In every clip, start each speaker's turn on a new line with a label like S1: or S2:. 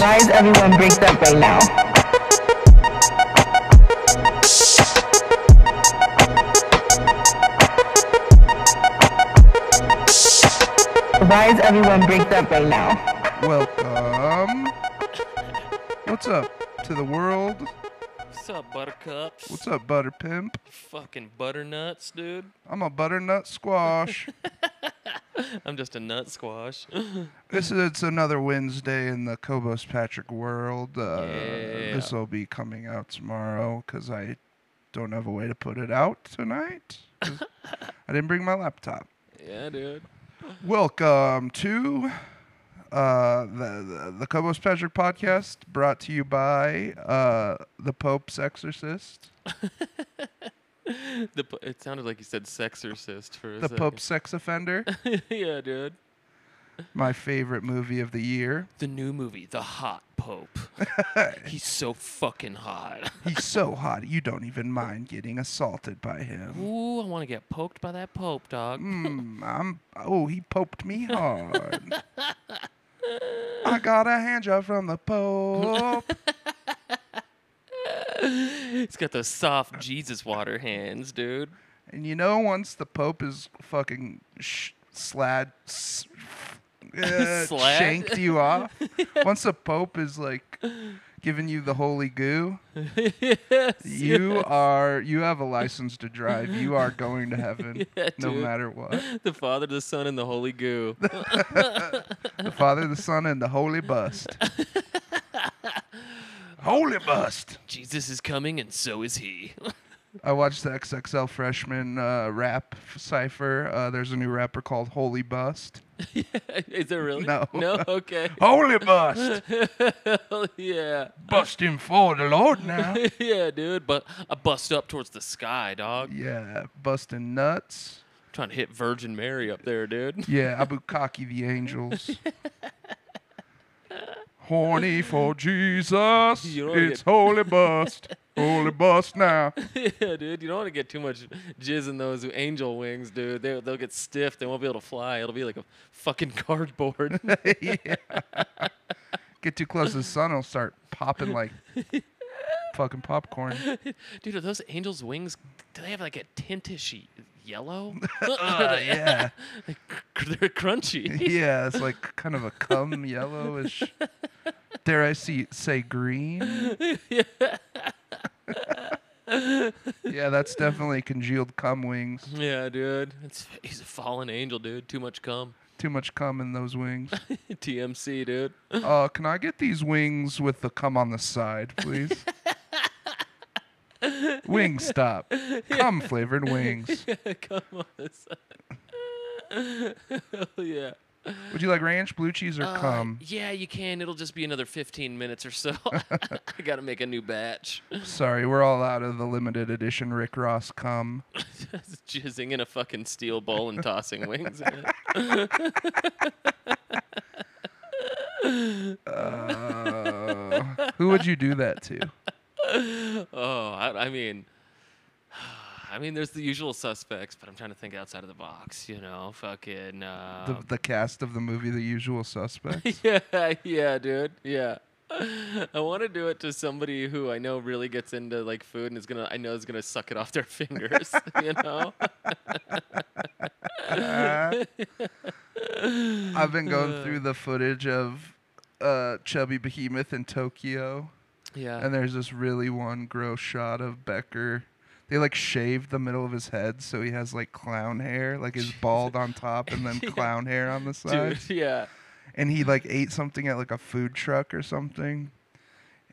S1: Why is everyone breaks up right now? Why is everyone breaks up right now?
S2: Welcome. What's up to the world?
S3: What's up, buttercups?
S2: What's up, butter pimp?
S3: Fucking butternuts, dude.
S2: I'm a butternut squash.
S3: I'm just a nut squash.
S2: this is it's another Wednesday in the Cobos Patrick world. Uh,
S3: Yeah.
S2: This will be coming out tomorrow because I don't have a way to put it out tonight. 'cause I didn't bring my laptop.
S3: yeah, dude.
S2: Welcome to uh, the, the the Cobos Patrick podcast, brought to you by uh, the Pope's Exorcist,
S3: The, pu- it sounded like you said sexorcist for a
S2: the
S3: second.
S2: Pope's sex offender.
S3: yeah, dude.
S2: my favorite movie of the year.
S3: The new movie, The Hot Pope. He's so fucking hot.
S2: He's so hot, you don't even mind getting assaulted by him.
S3: Ooh, I want to get poked by that Pope, dog.
S2: Mm, I'm. Oh, he poked me hard. I got a hand job from the Pope.
S3: He's got those soft Jesus water hands, dude.
S2: and you know, once the Pope is fucking sh- slad. S- uh,
S3: Slad?
S2: shanked you off. Once the Pope is like giving you the holy goo,
S3: yes.
S2: you are you have a license to drive. You are going to heaven,
S3: Yeah,
S2: no
S3: dude.
S2: matter what.
S3: The Father, the Son, and the Holy Goo.
S2: the Father, the Son, and the Holy Bust. Holy Bust.
S3: Jesus is coming, and so is he.
S2: I watched the XXL Freshman uh, rap f- cipher. Uh, there's a new rapper called Holy Bust.
S3: is there really?
S2: No. Oh.
S3: No? Okay.
S2: Holy Bust.
S3: Hell yeah.
S2: Busting for the Lord now.
S3: yeah, dude. But I bust up towards the sky, dog.
S2: Yeah, busting nuts.
S3: trying to hit Virgin Mary up there, dude.
S2: Yeah, Abukaki the Angels. Horny for Jesus.
S3: You don't wanna
S2: It's
S3: get-
S2: Holy Bust. Holy Bust now.
S3: yeah, dude. You don't want to get too much jizz in those angel wings, dude. They, they'll get stiff. They won't be able to fly. It'll be like a fucking cardboard.
S2: yeah. Get too close to the sun, it'll start popping like fucking popcorn.
S3: dude, are those angels' wings? Do they have like a tintish y- yellow?
S2: Uh, yeah.
S3: Like, cr- they're crunchy.
S2: Yeah, it's like kind of a cum yellowish. Dare I see say green? yeah, that's definitely congealed cum wings.
S3: yeah, dude. It's, he's a fallen angel, dude. Too much cum.
S2: Too much cum in those wings.
S3: TMC, dude.
S2: Uh, can I get these wings with the cum on the side, please? Wing stop. Cum flavored wings.
S3: Come on. This. Hell yeah.
S2: Would you like ranch, blue cheese, or
S3: Uh,
S2: cum?
S3: yeah, you can. It'll just be another 15 minutes or so. I got to make a new batch.
S2: Sorry, we're all out of the limited edition Rick Ross cum.
S3: Just Jizzing in a fucking steel bowl and tossing wings. in it.
S2: Uh, who would you do that to?
S3: Oh, I, I mean, I mean, there's the usual suspects, but I'm trying to think outside of the box. You know, fucking.
S2: The,
S3: Uh,
S2: the cast of the movie The Usual Suspect.
S3: yeah, yeah, dude. Yeah. I want to do it to somebody who I know really gets into like food and is gonna, I know is gonna suck it off their fingers. you know.
S2: Uh, I've been going through the footage of uh, Chubby Behemoth in Tokyo,
S3: Yeah.
S2: and there's this really one gross shot of Becker. They like shaved the middle of his head, so he has like clown hair, like his bald on top, and then clown hair on the side.
S3: Dude, yeah.
S2: and he like ate something at like a food truck or something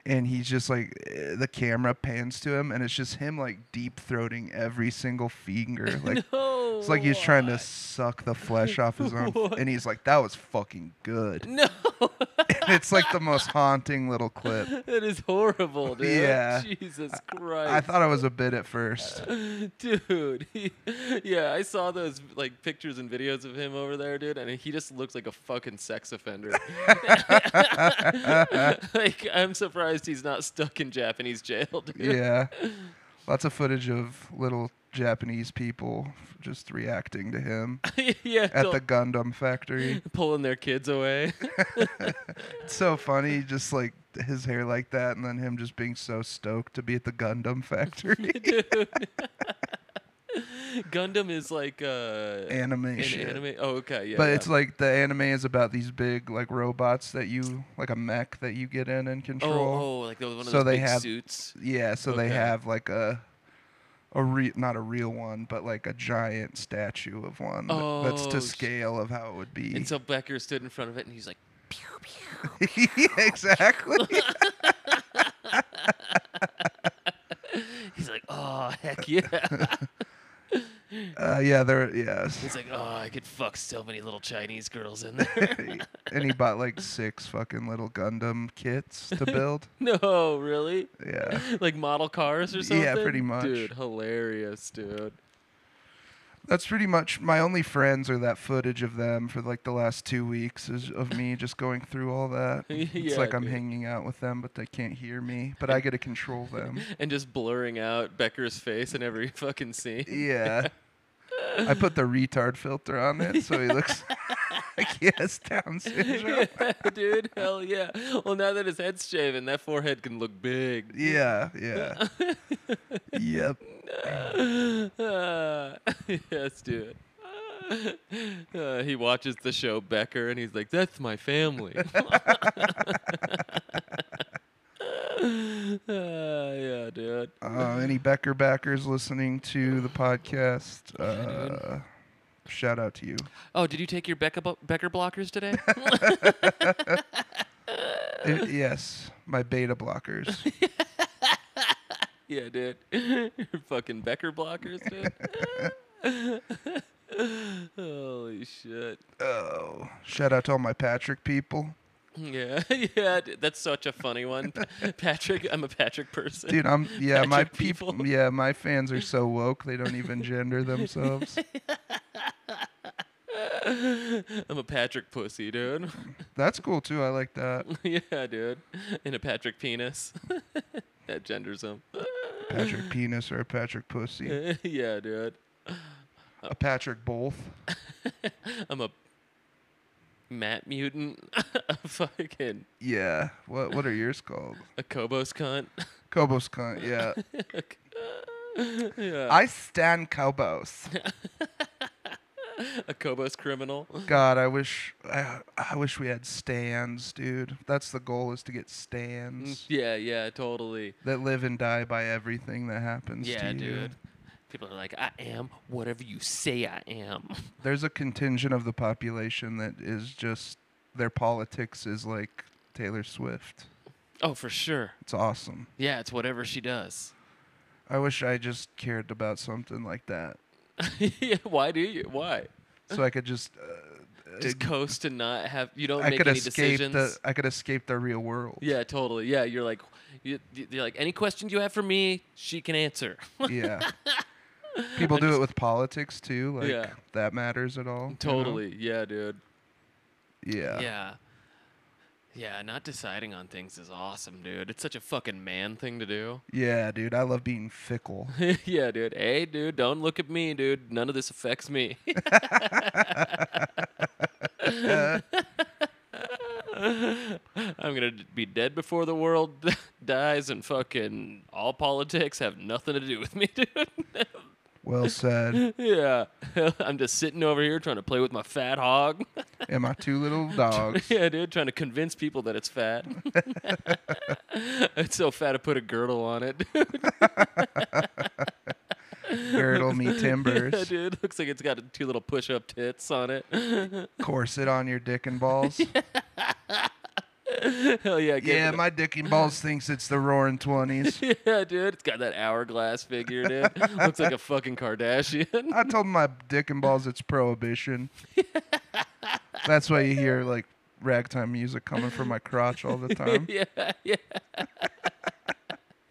S2: and he's just like eh, the camera pans to him and it's just him like deep throating every single finger like
S3: No.
S2: it's like he's trying to suck the flesh off his own
S3: What?
S2: and he's like that was fucking good
S3: Oh, No,
S2: it's like the most haunting little clip
S3: that is horrible, dude.
S2: Yeah.
S3: Jesus
S2: i
S3: Christ.
S2: thought it was a bit at first
S3: dude. he- yeah, I saw those like pictures and videos of him over there, dude, and he just looks like a fucking sex offender. like I'm surprised he's not stuck in Japanese jail, dude.
S2: yeah lots of footage of little Japanese people f- just reacting to him
S3: yeah,
S2: at
S3: till-
S2: the Gundam factory.
S3: pulling their kids away.
S2: It's so funny, just like his hair like that, and then him just being so stoked to be at the Gundam factory.
S3: Dude. Gundam is like uh,
S2: anime
S3: an
S2: shit.
S3: anime. Oh, okay, yeah.
S2: but
S3: yeah.
S2: it's like the anime is about these big like robots that you like a mech that you get in and
S3: oh,
S2: control.
S3: oh, like those, one of
S2: So
S3: those
S2: they
S3: big
S2: have-
S3: suits.
S2: Yeah, so they
S3: Okay.
S2: have like a a re- not a real one, but like a giant statue of one that- that's
S3: Oh,
S2: to
S3: s-
S2: scale of how it would be.
S3: And so Becker stood in front of it, and he's like, "Pew pew."
S2: Yeah, exactly.
S3: He's like, "Oh heck yeah!"
S2: uh, yeah, there. Yes.
S3: He's like, "Oh, I could fuck so many little Chinese girls in there."
S2: and he bought like six fucking little Gundam kits to build.
S3: no, really?
S2: Yeah.
S3: Like model cars or something?
S2: Yeah, pretty much.
S3: Dude, hilarious, dude.
S2: That's pretty much my only friends are that footage of them for like the last two weeks is of me just going through all that.
S3: Yeah,
S2: it's like I'm
S3: dude.
S2: hanging out with them, but they can't hear me, but I get to control them.
S3: And just blurring out Becker's face in every fucking scene.
S2: Yeah. I put the retard filter on it so he looks like he has Down syndrome.
S3: Yeah, dude, hell yeah. Well, now that his head's shaven, that forehead can look big.
S2: Yeah, yeah. yep.
S3: Ah, yes, dude. Uh, he watches the show Becker and he's like, that's my family. Ah, yeah, dude.
S2: Uh, any Becker backers listening to the podcast? Uh, shout out to you.
S3: Oh, did you take your Becca blo- Becker blockers today?
S2: I- yes, my beta blockers.
S3: yeah, dude. Your fucking Becker blockers, dude. Holy shit.
S2: Oh, shout out to all my Patrick people.
S3: Yeah, yeah, dude, that's such a funny one. Pa- Patrick, I'm a Patrick person.
S2: Dude, I'm yeah, my
S3: Patrick
S2: people.
S3: people.
S2: yeah, my fans are so woke they don't even gender themselves.
S3: I'm a Patrick pussy, dude.
S2: That's cool too. I like that.
S3: yeah, dude. And a Patrick penis. that genders him.
S2: Patrick penis or a Patrick pussy.
S3: yeah, dude.
S2: A Patrick both.
S3: I'm a Matt mutant. a fucking
S2: Yeah. What what are yours called?
S3: a Kobos cunt.
S2: Kobos cunt, yeah.
S3: yeah.
S2: I stand Kobos.
S3: a Kobos criminal.
S2: God, I wish I, I wish we had stands, dude. That's the goal is to get stands
S3: Yeah, Mm, yeah, totally.
S2: that live and die by everything that happens
S3: Yeah,
S2: to you.
S3: dude. People are like, I am whatever you say I am.
S2: There's a contingent of the population that is just their politics is like Taylor Swift.
S3: Oh, for sure.
S2: It's awesome.
S3: Yeah, it's whatever she does.
S2: I wish I just cared about something like that.
S3: yeah, why do you? Why?
S2: So I could just uh,
S3: Just
S2: uh,
S3: coast and not have you don't
S2: I
S3: make
S2: could
S3: any
S2: escape
S3: decisions.
S2: the I could escape the real world.
S3: yeah, totally. Yeah, you're like, you, you're like any questions you have for me, she can answer.
S2: Yeah. People do it with politics too. Like
S3: Yeah.
S2: that matters at all. you know?
S3: totally. Yeah, dude.
S2: Yeah.
S3: Yeah. Yeah, not deciding on things is awesome, dude. It's such a fucking man thing to do.
S2: Yeah, dude. I love being fickle.
S3: yeah, dude. Hey, dude, don't look at me, dude. None of this affects me. I'm gonna d- be dead before the world dies, and fucking all politics have nothing to do with me, dude.
S2: Well said.
S3: yeah, I'm just sitting over here trying to play with my fat hog.
S2: and my two little dogs.
S3: yeah, dude, trying to convince people that it's fat. it's so fat I put a girdle on it. dude.
S2: Girdle me
S3: yeah,
S2: timbers.
S3: dude, looks like it's got two little push-up tits on it.
S2: Corset on your dick and balls.
S3: Hell yeah, give
S2: yeah,
S3: it a-
S2: my dick and balls thinks it's the roaring twenties.
S3: Yeah, dude, it's got that hourglass figure, dude. Looks like a fucking Kardashian.
S2: I told my dick and balls it's prohibition. That's why you hear like ragtime music coming from my crotch all the time.
S3: yeah, yeah.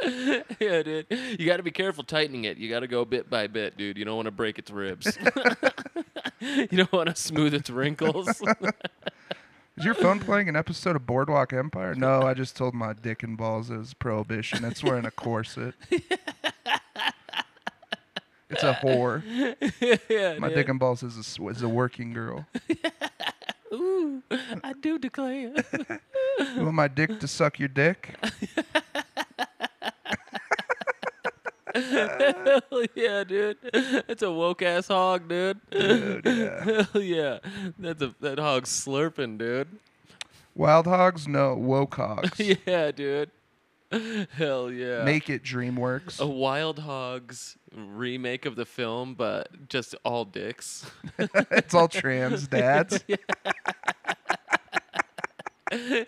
S3: yeah, dude. You got to be careful tightening it. You got to go bit by bit, dude. You don't want to break its ribs. you don't want to smooth its wrinkles.
S2: Is your phone playing an episode of Boardwalk Empire? No, I just told my dick and balls it was prohibition. It's wearing a corset. It's a whore.
S3: yeah,
S2: My
S3: dude.
S2: dick and balls is a, s- is a working girl.
S3: Ooh, I do declare.
S2: You want my dick to suck your dick?
S3: Hell yeah, dude. That's a woke ass hog, dude.
S2: Dude, yeah.
S3: Hell yeah. That's a that hog's slurping, dude.
S2: Wild hogs? No, woke hogs.
S3: Yeah, dude. Hell yeah.
S2: Make it DreamWorks.
S3: a Wild Hogs remake of the film, but just all dicks.
S2: it's all trans dads.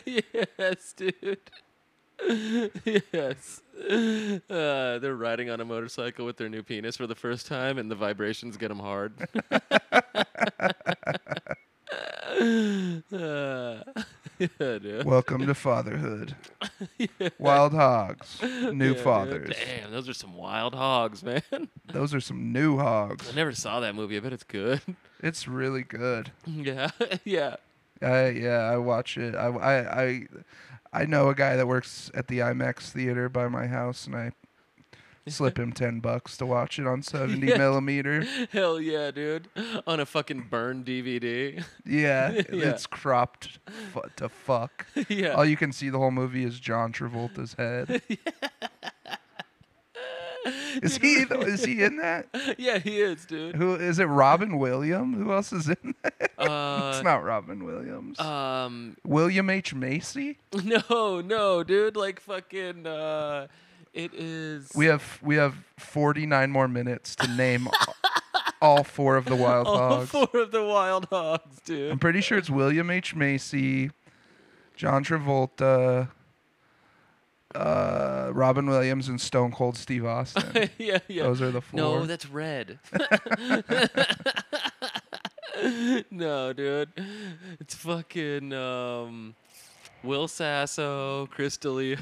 S3: yes, dude. yes. Uh, they're riding on a motorcycle with their new penis for the first time, and the vibrations get them hard. Uh, yeah, dude.
S2: Welcome to fatherhood. Wild hogs,
S3: Yeah,
S2: new
S3: dude.
S2: fathers.
S3: Damn, those are some wild hogs, man. I
S2: Those are some new hogs.
S3: never saw that movie. I bet it's good.
S2: It's really good.
S3: yeah, yeah.
S2: I yeah, I watch it. I I I, I know a guy that works at the IMAX theater by my house, and I slip him ten bucks to watch it on seventy
S3: Yeah.
S2: millimeter.
S3: Hell yeah, dude. On a fucking burn DVD.
S2: Yeah,
S3: Yeah.
S2: it's cropped fu- to fuck.
S3: yeah.
S2: All you can see the whole movie is John Travolta's head. Is he the- is he in that?
S3: yeah, he is, dude.
S2: Who is it? Robin Williams? Who else is in that?
S3: Uh,
S2: it's not Robin Williams.
S3: um,
S2: William H Macy.
S3: no, no, dude. Like fucking, uh, it is.
S2: We have we have forty nine more minutes to name all four of the wild
S3: all
S2: hogs.
S3: four of the wild hogs,
S2: I'm
S3: dude.
S2: pretty sure it's William H Macy, John Travolta, uh, Robin Williams, and Stone Cold Steve Austin.
S3: yeah, yeah.
S2: Those are the four.
S3: No, that's red. no, dude. It's fucking um, Will Sasso, Chris D'Elia.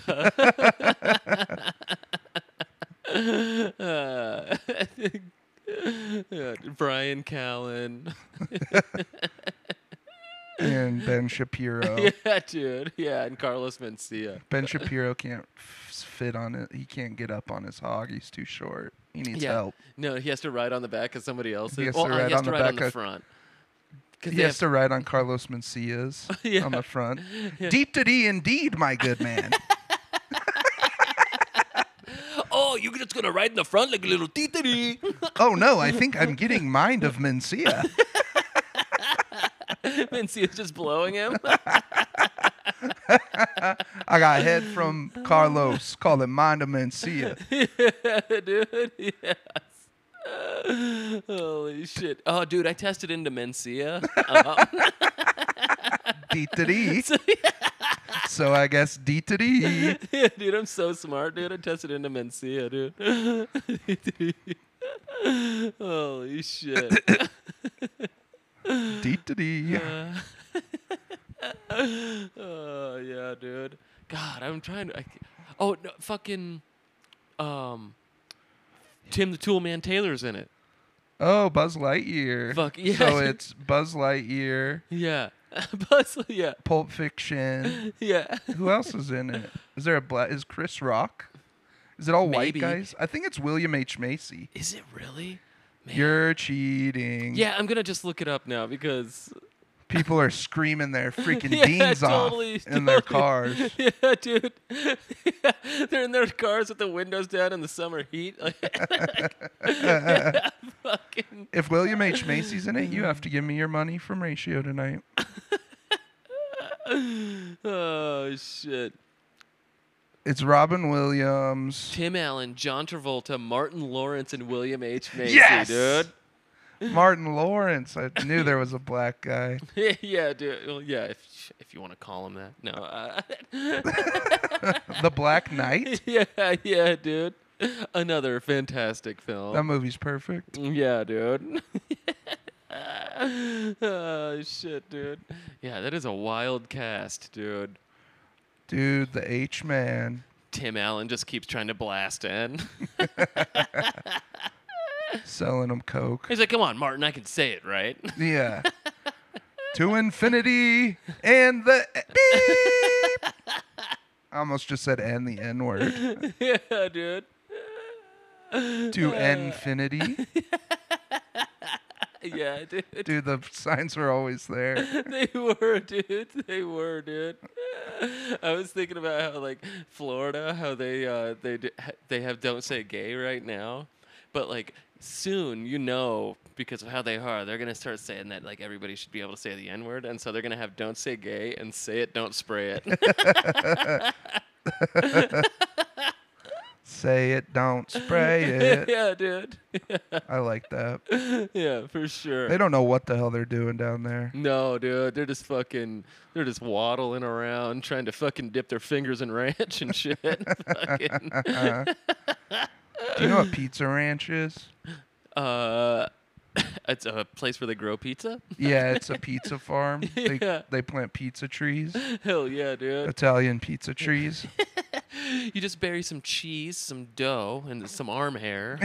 S3: uh, yeah, Brian Callen.
S2: and Ben Shapiro.
S3: Yeah, dude. Yeah, and Carlos Mencia.
S2: Ben Shapiro can't f- fit on it. He can't get up on his hog. He's too short. He needs
S3: Yeah.
S2: help.
S3: No, he has to ride on the back of somebody else's.
S2: has
S3: well,
S2: to
S3: uh,
S2: ride
S3: he has
S2: on
S3: to
S2: the
S3: ride on
S2: back
S3: the
S2: of-
S3: front. 'Cause
S2: He
S3: they
S2: has
S3: have-
S2: to ride on Carlos Mencia's
S3: Yeah.
S2: on the front. Deep to D indeed, my good man.
S3: oh, you're just gonna ride in the front like a little titty.
S2: oh no, I think I'm getting mind of Mencia.
S3: Mencia's just blowing him.
S2: I got head from Carlos. Call it mind of Mencia.
S3: yeah, dude. Yes. Holy shit. Oh, dude, I tested into Mencia. Uh,
S2: D to D. So I guess D to D.
S3: yeah, dude, I'm so smart, dude. I tested into Mencia, dude. Holy shit.
S2: D to D.
S3: Uh, oh, yeah, dude. God, I'm trying to. I, c- oh, no, fucking. Um, Tim the Tool Man Taylor's in it.
S2: Oh, Buzz Lightyear.
S3: Fuck, yeah.
S2: So it's Buzz Lightyear,
S3: Yeah. Buzz, yeah.
S2: Pulp Fiction.
S3: Yeah.
S2: Who else is in it? Is there a black? Is Chris Rock? Is it all
S3: Maybe.
S2: white guys? I think it's William H Macy.
S3: Is it really? Man.
S2: You're cheating.
S3: yeah, I'm gonna just look it up now because
S2: People are screaming their freaking
S3: yeah,
S2: beans
S3: totally,
S2: off in their
S3: totally.
S2: cars.
S3: yeah, dude. Yeah, they're in their cars with the windows down in the summer heat. Like, yeah, fucking.
S2: If William H Macy's in it, you have to give me your money from Ratio tonight.
S3: Oh shit.
S2: It's Robin Williams,
S3: Tim Allen, John Travolta, Martin Lawrence, and William H Macy,
S2: Yes!
S3: dude.
S2: Martin Lawrence. I knew there was a black guy.
S3: yeah, dude. Well, yeah, if if you want to call him that. No. Uh,
S2: The Black Knight.
S3: yeah, yeah, dude. Another fantastic film.
S2: That movie's perfect.
S3: Yeah, dude. oh shit, dude. Yeah, that is a wild cast, dude.
S2: Dude, the H Man.
S3: Tim Allen just keeps trying to blast in.
S2: Selling them Coke.
S3: He's like, "Come on, Martin, I can say it, right?"
S2: Yeah. to infinity and the beep. I almost just said and the N word.
S3: yeah, dude.
S2: to infinity.
S3: yeah, dude.
S2: Dude, the signs were always there.
S3: they were, dude. They were, dude. I was thinking about how like Florida, how they uh, they d- ha- they have don't say gay right now, but like soon you know because of how they are, they're gonna start saying that like everybody should be able to say the n word, and so they're gonna have don't say gay and say it, don't spray it.
S2: Say it, don't spray it.
S3: yeah, dude.
S2: I like that.
S3: yeah, for sure.
S2: They don't know what the hell they're doing down there.
S3: No, dude, they're just fucking, they're just waddling around trying to fucking dip their fingers in ranch and shit. fucking,
S2: Uh-uh. Do you know what Pizza Ranch is?
S3: uh, it's a place where they grow pizza.
S2: Yeah, it's a pizza farm.
S3: Yeah.
S2: They, they plant pizza trees,
S3: Hell yeah, dude.
S2: Italian pizza trees.
S3: You just bury some cheese, some dough, and some arm hair.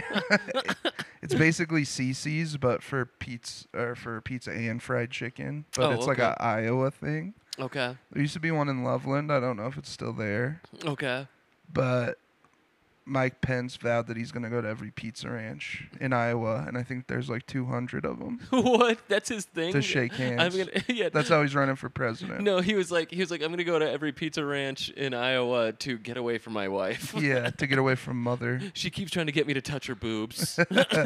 S2: It's basically CC's, but for pizza or for pizza and fried chicken. But
S3: Oh,
S2: it's like
S3: okay.
S2: a Iowa thing.
S3: okay,
S2: There used to be one in Loveland. I don't know if it's still there.
S3: okay.
S2: But Mike Pence vowed that he's going to go to every pizza ranch in Iowa, and I think there's like 200 of them.
S3: what? That's his thing.
S2: To shake
S3: I'm
S2: hands.
S3: gonna, yeah.
S2: That's how he's running for president.
S3: No, he was like, he was like, I'm gonna go to every pizza ranch in Iowa to get away from my wife.
S2: Yeah, to get away from mother.
S3: She keeps trying to get me to touch her boobs.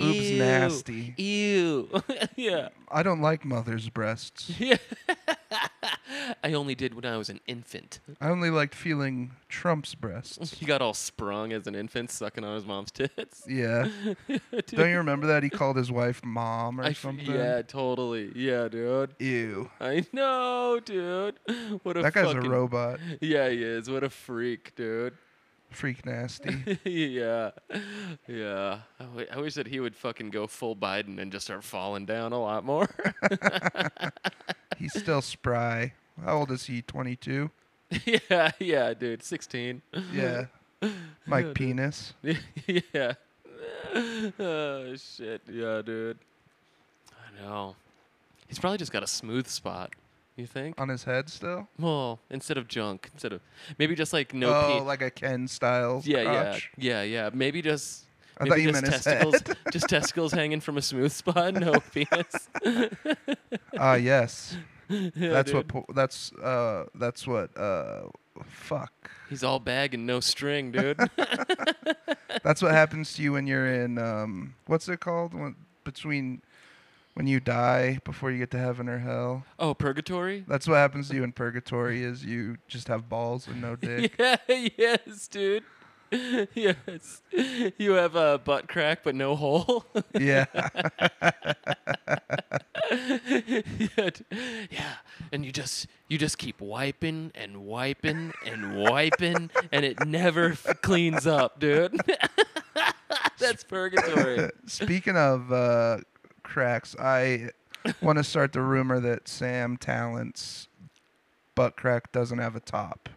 S2: Boobs
S3: Ew, E
S2: nasty.
S3: Ew. yeah.
S2: I don't like mother's breasts.
S3: Yeah. I only did when I was an infant.
S2: I only liked feeling Trump's breasts.
S3: He got all sprung as an infant, sucking on his mom's tits.
S2: Yeah.
S3: Dude,
S2: Don't you remember that? He called his wife mom or
S3: I f-
S2: something?
S3: yeah, totally. Yeah, dude.
S2: Ew.
S3: I know, dude. What a
S2: That guy's a
S3: fucking-
S2: robot.
S3: Yeah, he is. What a freak, dude.
S2: Freak nasty.
S3: yeah, yeah. I wi- I wish that he would fucking go full Biden and just start falling down a lot more.
S2: He's still spry. How old is he? 22?
S3: yeah, yeah, dude. Sixteen.
S2: Yeah.
S3: Oh,
S2: Mike Penis.
S3: yeah. oh shit. Yeah, dude. I know. He's probably just got a smooth spot. You think?
S2: On his head still?
S3: Well, instead of junk, instead of maybe just like no.
S2: oh,
S3: pe-
S2: like a Ken style.
S3: yeah,
S2: crotch.
S3: yeah, yeah, yeah. Maybe just.
S2: I
S3: maybe
S2: thought you
S3: just
S2: meant his
S3: testicles, just testicles hanging from a smooth spot, no penis.
S2: Ah, yes.
S3: Yeah,
S2: That's
S3: dude.
S2: what. Po- that's uh. That's what. Uh. Fuck.
S3: He's all bag and no string, dude.
S2: That's what happens to you when you're in. Um. What's it called? When, between. When you die before you get to heaven or hell.
S3: oh, purgatory?
S2: That's what happens to you in purgatory. Is you just have balls and no dick.
S3: Yeah, yes, dude. yes. You have a butt crack but no hole.
S2: yeah.
S3: yeah, d- yeah, and you just you just keep wiping and wiping and wiping, and it never f- cleans up, dude. That's purgatory.
S2: Speaking of uh, cracks, I want to start the rumor that Sam Talent's butt crack doesn't have a top.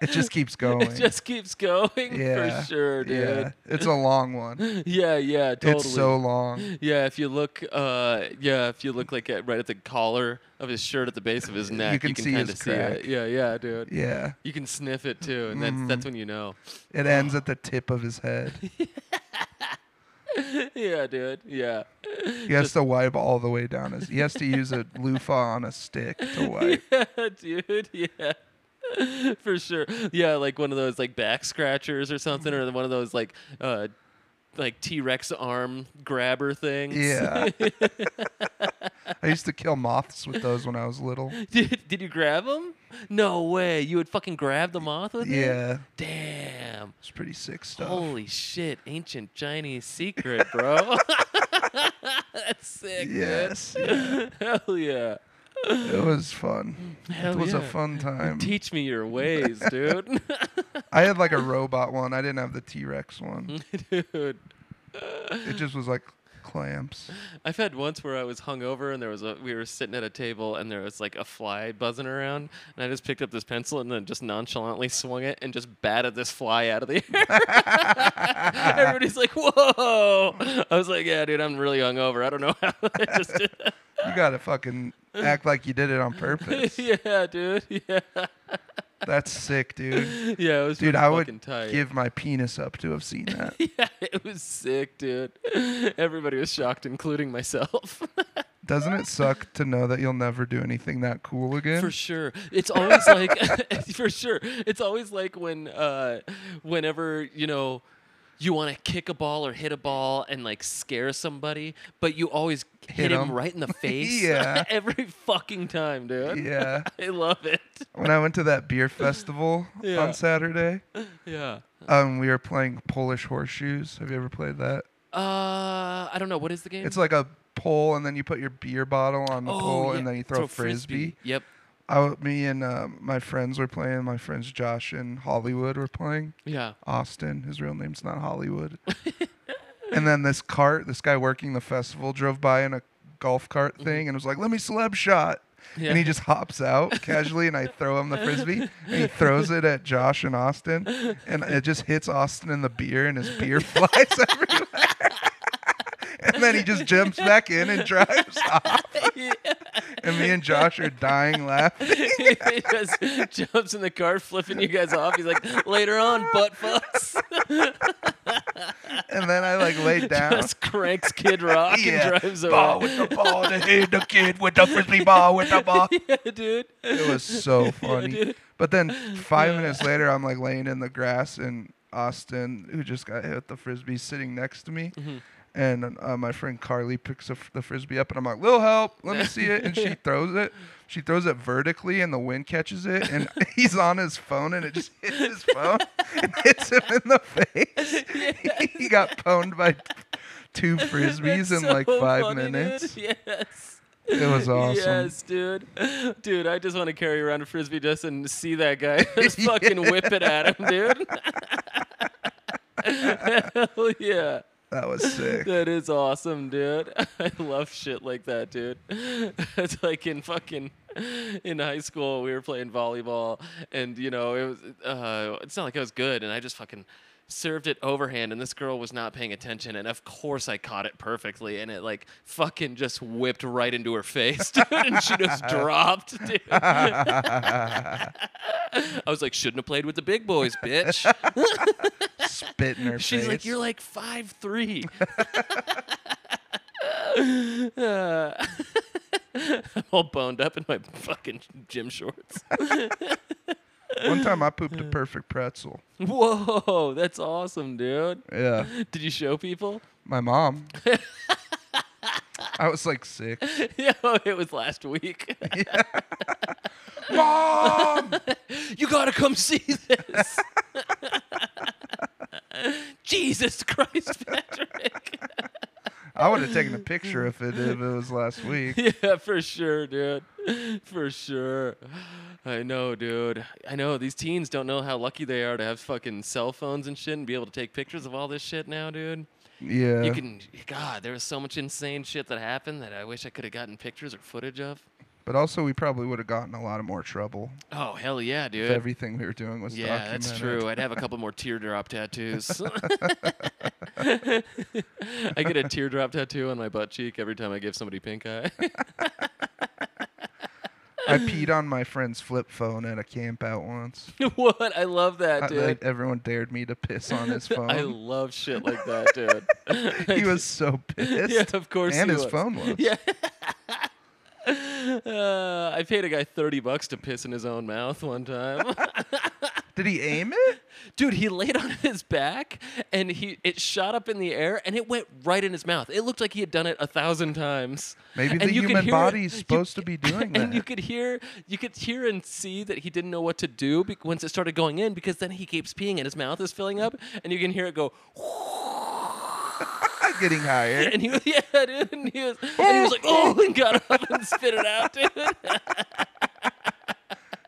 S2: it just keeps going.
S3: It just keeps going
S2: yeah,
S3: for sure,
S2: Yeah,
S3: dude.
S2: it's a long one.
S3: Yeah, yeah, totally.
S2: It's so long.
S3: yeah, if you look, uh, yeah, if you look like at, right at the collar of his shirt at the base of his neck,
S2: can see his
S3: kind of see it.
S2: crack.
S3: Yeah, yeah, dude.
S2: Yeah,
S3: You can sniff it too, and that's
S2: Mm-hmm.
S3: that's when you know.
S2: it ends at the tip of his head.
S3: yeah, dude. Yeah.
S2: He has to wipe all the way down. His, he has to use a loofah on a stick to wipe.
S3: yeah, dude. Yeah. For sure. Yeah, like one of those like back scratchers or something, or one of those like uh like T Rex arm grabber things.
S2: Yeah. I used to kill moths with those when I was little.
S3: did, did you grab them? No way. You would fucking grab the moth with it?
S2: Yeah,
S3: Damn.
S2: it's pretty sick stuff.
S3: Holy shit. Ancient Chinese secret, bro. That's sick,
S2: yes,
S3: dude. Hell yeah.
S2: It was fun.
S3: Hell
S2: it was a
S3: Oh, yeah.
S2: fun time.
S3: Teach me your ways, dude.
S2: I had like a robot one. I didn't have the T Rex one.
S3: dude.
S2: It just was like clamps.
S3: I've had once where I was hungover and there was a we were sitting at a table and there was like a fly buzzing around and I just picked up this pencil and then just nonchalantly swung it and just batted this fly out of the air. Everybody's like, "Whoa!" I was like, "Yeah, dude, I'm really hungover. I don't know how." I just did that."
S2: You gotta fucking act like you did it on purpose.
S3: yeah, dude. Yeah.
S2: That's sick, dude.
S3: yeah, it was
S2: Dude,
S3: pretty
S2: I
S3: fucking
S2: would
S3: tight.
S2: give my penis up to have seen that.
S3: yeah, it was sick, dude. Everybody was shocked, including myself.
S2: Doesn't it suck to know that you'll never do anything that cool again?
S3: For sure. It's always like for sure. It's always like when uh whenever, you know, you want to kick a ball or hit a ball and like scare somebody, but you always hit,
S2: Hit
S3: him
S2: 'em.
S3: right in the face
S2: Yeah.
S3: every fucking time, dude.
S2: Yeah.
S3: I love it.
S2: When I went to that beer festival
S3: Yeah. Uh-huh.
S2: on Saturday,
S3: Yeah.
S2: um, we were playing Polish horseshoes. Have you ever played that?
S3: Uh I don't know what is the game?
S2: It's like a pole, and then you put your beer bottle on the
S3: Oh,
S2: pole,
S3: yeah,
S2: and then you throw, a frisbee.
S3: Yep.
S2: I w me and um, my friends were playing. My friends Josh and Hollywood were playing.
S3: Yeah.
S2: Austin, his real name's not Hollywood. and then this cart, this guy working the festival, drove by in a golf cart thing and was like, "Let me celeb shot."
S3: Yeah.
S2: And he just hops out casually, and I throw him the frisbee, and he throws it at Josh and Austin, and it just hits Austin in the beer, and his beer flies everywhere. and then he just jumps back in and drives off, and me and Josh are dying laughing.
S3: he just jumps in the car, flipping you guys off. He's like, later on, butt fucks.
S2: And then I like lay down.
S3: Just cranks Kid Rock and drives away.
S2: ball with the ball to hit the kid with the frisbee ball with the ball.
S3: yeah, dude.
S2: It was so funny.
S3: dude.
S2: but then five minutes later, I'm like laying in the grass, and Austin, who just got hit with the frisbee, sitting next to me.
S3: Mm-hmm.
S2: And uh, my friend Carly picks up the frisbee up, and I'm like, "Little help, let me see it." And she throws it. She throws it vertically, and the wind catches it. And he's on his phone, and it just hits his phone and hits him in the face. he got pwned by two frisbees in
S3: That's
S2: like
S3: so
S2: five
S3: funny, dude.
S2: minutes.
S3: Yes.
S2: It was awesome.
S3: Yes, dude. Dude, I just want to carry around a frisbee just and see that guy. Just fucking whip it at him, dude. Hell yeah.
S2: That was sick.
S3: That is awesome, dude. I love shit like that, dude. It's like in fucking in high school we were playing volleyball and you know, it was uh it's not like I was good and I just fucking served it overhand and this girl was not paying attention and of course I caught it perfectly and it like fucking just whipped right into her face, dude, and she just dropped, dude. I was like, shouldn't have played with the big boys, bitch.
S2: Spit in her
S3: She's
S2: face.
S3: like, you're like five three. uh, I'm all boned up in my fucking gym shorts.
S2: One time I pooped a perfect pretzel.
S3: Whoa, that's awesome, dude.
S2: Yeah.
S3: Did you show people?
S2: My mom. I was like six.
S3: yeah, oh, it was last week.
S2: Mom!
S3: you gotta come see this. Jesus Christ, Patrick.
S2: I would have taken a picture if it, if it was last week.
S3: yeah, for sure, dude. For sure. I know, dude. I know these teens don't know how lucky they are to have fucking cell phones and shit and be able to take pictures of all this shit now, dude.
S2: Yeah.
S3: You can God, there was so much insane shit that happened that I wish I could have gotten pictures or footage of.
S2: but also, we probably would have gotten a lot of more trouble
S3: Oh, hell yeah, dude.
S2: if everything we were doing was
S3: yeah,
S2: documented.
S3: that's true. I'd have a couple more teardrop tattoos. I get a teardrop tattoo on my butt cheek every time I give somebody pink eye.
S2: I peed on my friend's flip phone at a camp out once.
S3: what? I love that,
S2: I,
S3: dude.
S2: like, everyone dared me to piss on his
S3: I
S2: phone.
S3: love shit like that, dude.
S2: he was so pissed.
S3: yeah, of course.
S2: And
S3: he
S2: his
S3: was.
S2: phone was.
S3: Yeah. Uh, I paid a guy thirty bucks to piss in his own mouth one time.
S2: Did he aim it?
S3: Dude, he laid on his back and he it shot up in the air and it went right in his mouth. It looked like he had done it a thousand times.
S2: Maybe
S3: And
S2: the
S3: you could
S2: human
S3: hear
S2: body is
S3: you-
S2: supposed to be doing
S3: and
S2: that.
S3: you could hear you could hear and see that he didn't know what to do bec once it started going in because then he keeps peeing and his mouth is filling up and you can hear it go
S2: getting higher.
S3: and he was yeah, dude. And he was, and he was like, oh, and got up and spit it out, dude.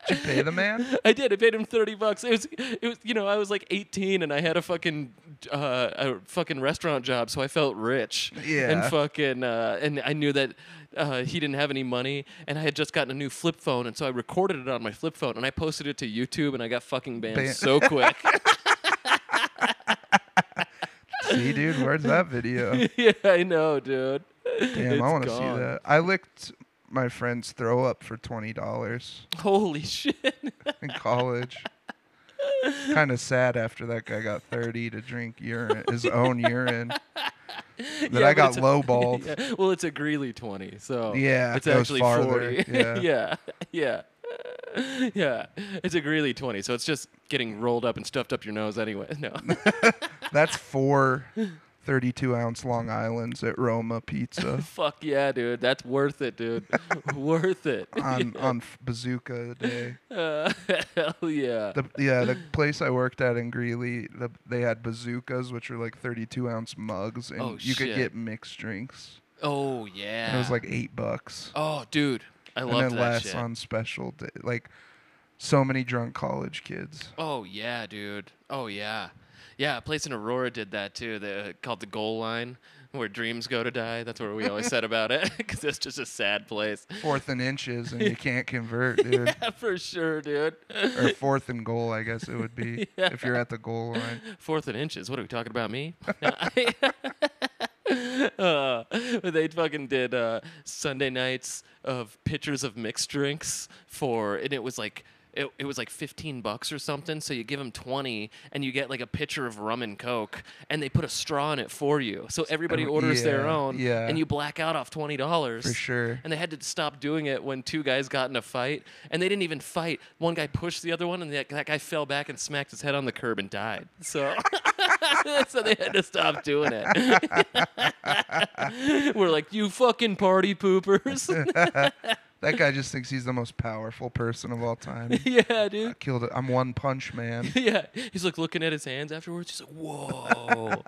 S2: Did you pay the man?
S3: I did. I paid him thirty bucks. It was, it was, you know, I was like eighteen and I had a fucking, uh, a fucking restaurant job, so I felt rich. And
S2: Yeah.
S3: fucking, uh, and I knew that uh, he didn't have any money, and I had just gotten a new flip phone, and so I recorded it on my flip phone, and I posted it to YouTube, and I got fucking banned
S2: Ban-
S3: so quick.
S2: See, dude, where's that video?
S3: yeah, I know, dude.
S2: Damn,
S3: It's
S2: I want to see
S3: gone.
S2: that. I licked my friend's throw up for twenty dollars
S3: Holy shit.
S2: in college. kind of sad after that guy got thirty to drink urine, his own urine. That
S3: Yeah,
S2: I
S3: but
S2: got
S3: it's a-
S2: lowballed.
S3: yeah. Well, it's a Greeley 20, so
S2: Yeah,
S3: it's
S2: it goes
S3: actually
S2: farther,
S3: 40.
S2: yeah.
S3: yeah. Yeah. Yeah. It's a Greeley 20, so it's just getting rolled up and stuffed up your nose anyway. No.
S2: That's four 32 ounce Long Island's at Roma Pizza
S3: Fuck yeah, dude. That's worth it, dude. worth it.
S2: on on f- Bazooka Day.
S3: Uh, hell yeah.
S2: The, yeah, the place I worked at in Greeley, the, they had bazookas, which are like 32 ounce mugs, and
S3: Oh,
S2: you could
S3: shit.
S2: get mixed drinks.
S3: oh yeah.
S2: And It was like eight bucks,
S3: oh dude, I
S2: and
S3: love
S2: then
S3: that
S2: less
S3: shit.
S2: on special day. Like so many drunk college kids.
S3: Oh yeah, dude. Oh yeah. Yeah, a place in Aurora did that too. The called the Goal Line, where dreams go to die. That's what we always said about it, because it's just a sad place.
S2: Fourth and inches, and you can't convert, dude.
S3: Yeah, for sure, dude.
S2: Or fourth and goal, I guess it would be if you're at the goal line.
S3: Fourth and inches. What are we talking about, me? uh, but they fucking did uh, Sunday nights of pitchers of mixed drinks for, and it was like. It, it was like 15 bucks or something so you give them 20 and you get like a pitcher of rum and coke and they put a straw in it for you so everybody
S2: Every-
S3: orders their
S2: Oh, yeah,
S3: own
S2: yeah.
S3: and you black out off $20
S2: For sure.
S3: and they had to stop doing it when two guys got in a fight, and they didn't even fight. One guy pushed the other one, and that, that guy fell back and smacked his head on the curb and died. So, so they had to stop doing it. We're like, you fucking party poopers.
S2: That guy just thinks he's the most powerful person of all time.
S3: yeah, dude.
S2: Killed it. I'm one punch man.
S3: Yeah, he's like looking at his hands afterwards. He's like, "Whoa!"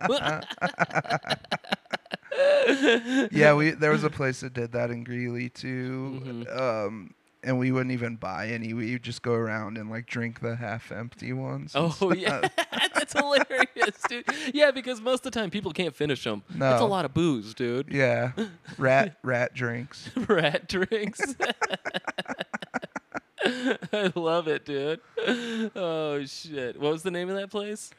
S2: yeah, we there was a place that did that in Greeley too,
S3: Mm-hmm.
S2: um, and we wouldn't even buy any. We would just go around and like drink the half-empty ones. and
S3: oh yeah, that's hilarious, dude. Yeah, because most of the time people can't finish them. That's a
S2: No.
S3: lot of booze, dude.
S2: s- yeah, rat rat drinks.
S3: rat drinks. I love it, dude. Oh shit! What was the name of that place?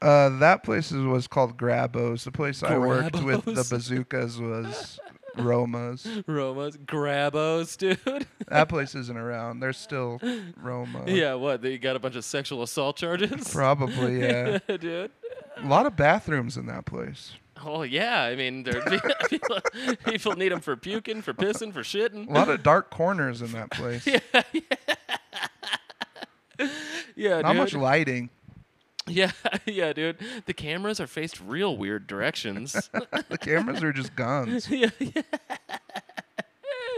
S2: Uh, that place is- was called Grabos. The place I worked with the
S3: Grabos.
S2: bazookas was Roma's.
S3: Roma's Grabos, dude.
S2: That place isn't around. There's still Roma.
S3: yeah, what? They got a bunch of sexual assault charges,
S2: Probably, yeah.
S3: dude.
S2: A lot of bathrooms in that place.
S3: Oh yeah, I mean, there people, people need them for puking, for pissing, for shitting.
S2: A lot of dark corners in that place.
S3: yeah,
S2: Not
S3: dude.
S2: much lighting.
S3: yeah, yeah, dude. The cameras are faced real weird directions.
S2: The cameras are just guns.
S3: yeah, yeah.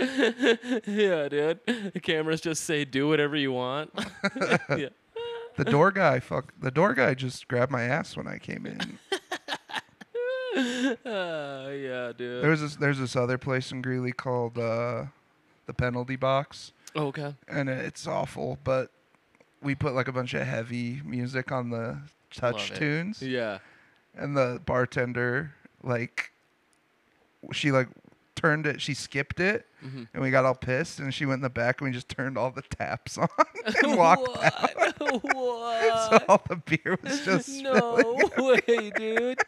S3: yeah, dude. The cameras just say do whatever you want. yeah.
S2: The door guy, fuck. The door guy just grabbed my ass when I came in.
S3: Uh, yeah, dude.
S2: There was this, there's this other place in Greeley called uh, the Penalty Box,
S3: Oh, okay.
S2: and it's awful. But we put like a bunch of heavy music on the touch
S3: Love it.
S2: tunes,
S3: Yeah.
S2: and the bartender like she like turned it. She skipped it,
S3: Mm-hmm.
S2: and we got all pissed. And she went in the back, and we just turned all the taps on and walked.
S3: What? what?
S2: So all the beer was just
S3: no way, dude.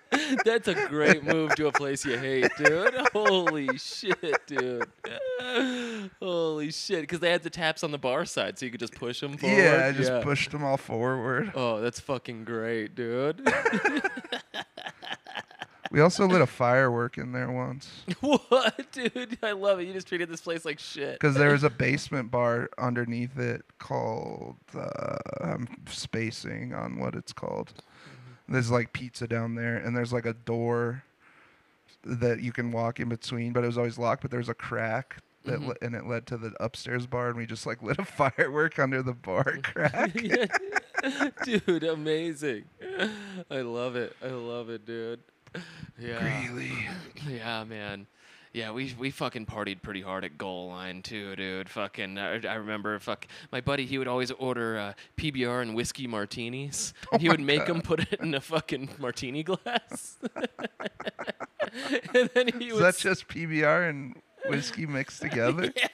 S3: That's a great move to a place you hate, dude. Holy shit, dude. Holy shit. Because they had the taps on the bar side, so you could just push them forward.
S2: Yeah, I just pushed them all forward.
S3: Oh, that's fucking great, dude.
S2: We also lit a firework in there once
S3: What, dude? I love it. You just treated this place like shit.
S2: because there was a basement bar underneath it called uh, I'm spacing on what it's called. There's like pizza down there, and there's like a door that you can walk in between, but it was always locked. But there was a crack. That le- and it led to the upstairs bar, and we just like lit a firework under the bar crack.
S3: Yeah. dude, amazing. I love it. I love it, dude. Yeah.
S2: Greeley.
S3: Yeah, man. Yeah, we we fucking partied pretty hard at goal line too, dude. Fucking, I, I remember fuck my buddy. He would always order uh, PBR and whiskey martinis, and he would make him put it in a fucking martini glass. and then he
S2: Is
S3: would
S2: that just PBR and whiskey mixed together?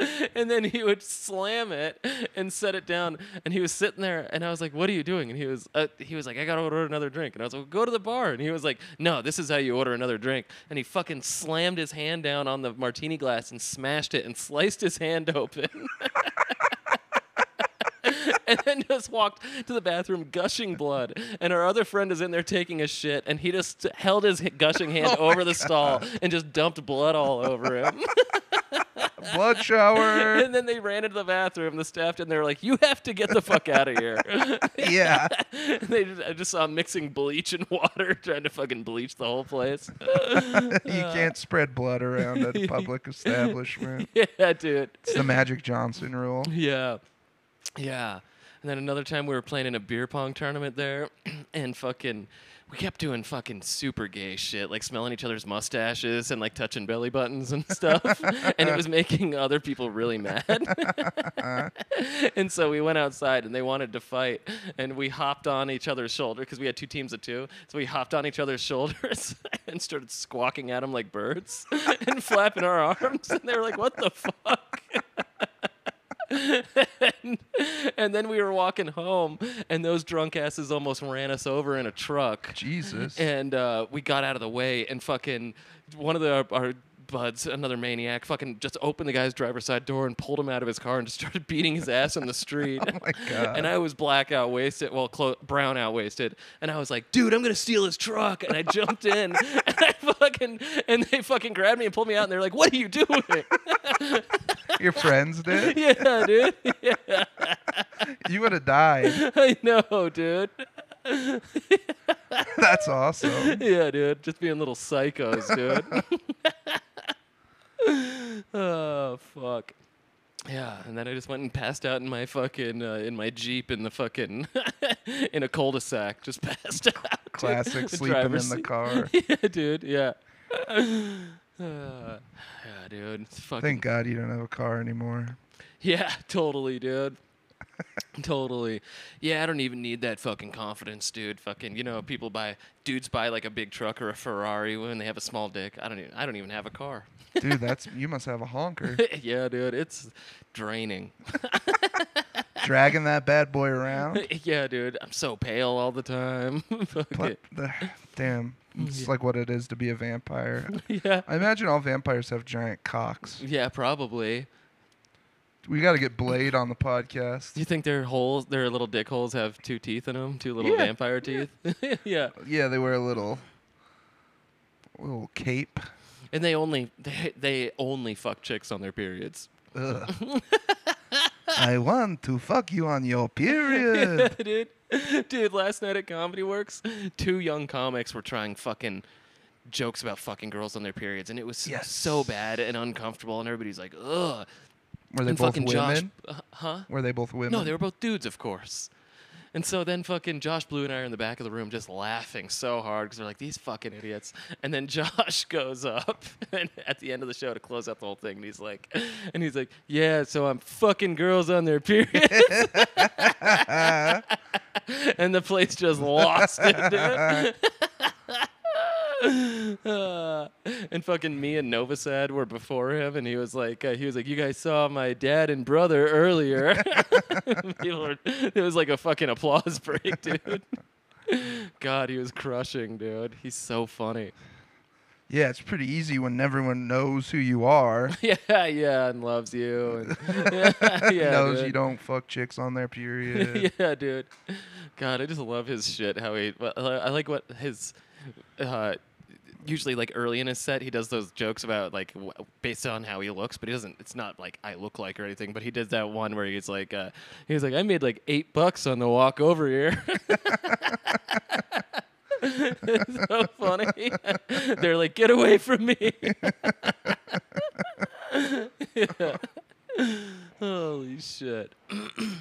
S3: Yeah. and then he would slam it and set it down. And he was sitting there, and I was like, "What are you doing?" And he was, uh, he was like, "I gotta order another drink." And I was like, "Go to the bar." And he was like, "No, this is how you order another drink." And he fucking slammed his hand down on the martini glass and smashed it and sliced his hand open. and then just walked to the bathroom gushing blood. And our other friend is in there taking a shit, and he just held his h- gushing hand over the stall and just dumped blood all over him.
S2: Blood shower.
S3: and then they ran into the bathroom, the staff, and they were like, "You have to get the fuck out of here."
S2: yeah.
S3: And they just, I just saw him mixing bleach and water, trying to fucking bleach the whole place.
S2: you can't spread blood around a public establishment.
S3: yeah, dude.
S2: It's the Magic Johnson rule.
S3: Yeah. Yeah. And then another time we were playing in a beer pong tournament there and fucking we kept doing fucking super gay shit, like smelling each other's mustaches and like touching belly buttons and stuff. and it was making other people really mad. and so we went outside and they wanted to fight and we hopped on each other's shoulder because we had two teams of two. So we hopped on each other's shoulders and started squawking at them like birds and flapping our arms. And they were like, what the fuck? and, and then we were walking home, and those drunk asses almost ran us over in a truck.
S2: Jesus.
S3: And uh, we got out of the way, and fucking one of the our, our buds, another maniac, fucking just opened the guy's driver's side door and pulled him out of his car and just started beating his ass in the street. oh
S2: my God.
S3: And I was blackout wasted, well, clo- brown out wasted, and I was like, dude, I'm gonna steal his truck, and I jumped in, and I fucking, and they fucking grabbed me and pulled me out, and they're like, what are you doing?
S2: Your friends did?
S3: yeah, dude. Yeah.
S2: You would have died.
S3: I know, dude.
S2: That's awesome.
S3: Yeah, dude. Just being little psychos, dude. oh fuck. Yeah, and then I just went and passed out in my fucking uh, in my jeep in the fucking in a cul-de-sac. Just passed out. dude.
S2: Classic sleeping in
S3: driver's
S2: the
S3: seat.
S2: car.
S3: yeah, dude. Yeah. Uh, yeah, dude. It's fucking.
S2: Thank God you don't have a car anymore.
S3: Yeah, totally, dude. totally. Yeah, I don't even need that fucking confidence, dude. Fucking, you know, people buy dudes buy like a big truck or a Ferrari when they have a small dick. I don't even I don't even have a car.
S2: Dude, that's you must have a honker.
S3: yeah, dude, it's draining.
S2: Dragging that bad boy around.
S3: yeah, dude, I'm so pale all the time. Fuck
S2: Pla-
S3: it.
S2: the, damn.
S3: Mm,
S2: It's like what it is to be a vampire.
S3: Yeah.
S2: I imagine all vampires have giant cocks.
S3: Yeah, probably.
S2: We got to get Blade on the podcast.
S3: Do you think their holes, their little dick holes, have two teeth in them, two little
S2: Yeah,
S3: vampire teeth? yeah.
S2: Yeah, they wear a little little cape.
S3: And they only they, they only fuck chicks on their periods.
S2: Ugh. I want to fuck you on your period.
S3: dude. Dude, last night at Comedy Works, two young comics were trying fucking jokes about fucking girls on their periods, and it was
S2: Yes.
S3: so bad and uncomfortable, and everybody's like, ugh.
S2: Were they
S3: and
S2: both
S3: fucking
S2: women?
S3: Josh, uh, huh?
S2: Were they both women?
S3: No, they were both dudes, of course. And so then fucking Josh Blue and I are in the back of the room just laughing so hard because we're like, these fucking idiots. And then Josh goes up and at the end of the show to close out the whole thing. And he's like, and he's like, yeah, so I'm fucking girls on their periods. and the place just lost it, dude. Uh, and fucking me and Novosad were before him, and he was like, uh, he was like, you guys saw my dad and brother earlier. People were, it was like a fucking applause break, dude. God, he was crushing, dude. He's so funny.
S2: Yeah, it's pretty easy when everyone knows who you are,
S3: Yeah, yeah, and loves you. And yeah,
S2: knows
S3: dude.
S2: you don't fuck chicks on their period.
S3: yeah, dude. God, I just love his shit. How he, I I like what his, uh, usually like early in his set, he does those jokes about like w- based on how he looks, but he doesn't. It's not like I look like or anything. But he does that one where he's like, uh, he was like, I made like eight bucks on the walk over here. It's so funny. They're like, get away from me. Yeah. Holy shit.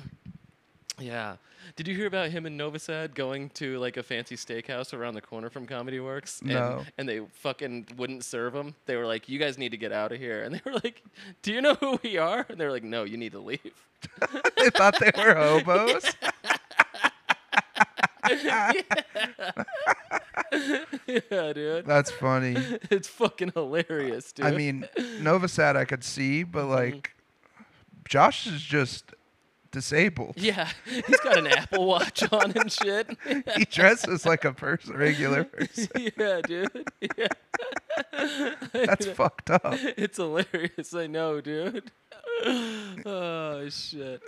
S3: Yeah. Did you hear about him and Novosad going to like a fancy steakhouse around the corner from Comedy Works? And,
S2: No.
S3: And they fucking wouldn't serve him. They were like, "You guys need to get out of here." And they were like, "Do you know who we are?" And they were like, "No, you need to leave."
S2: they thought they were hobos.
S3: yeah, dude.
S2: That's funny.
S3: It's fucking hilarious, dude. Mm-hmm.
S2: I mean, Novosad I could see, but like Josh is just disabled.
S3: Yeah, he's got an Apple Watch on and shit.
S2: He dresses like a person, regular person.
S3: yeah, dude. Yeah.
S2: That's fucked up.
S3: It's hilarious. I know, dude. oh shit.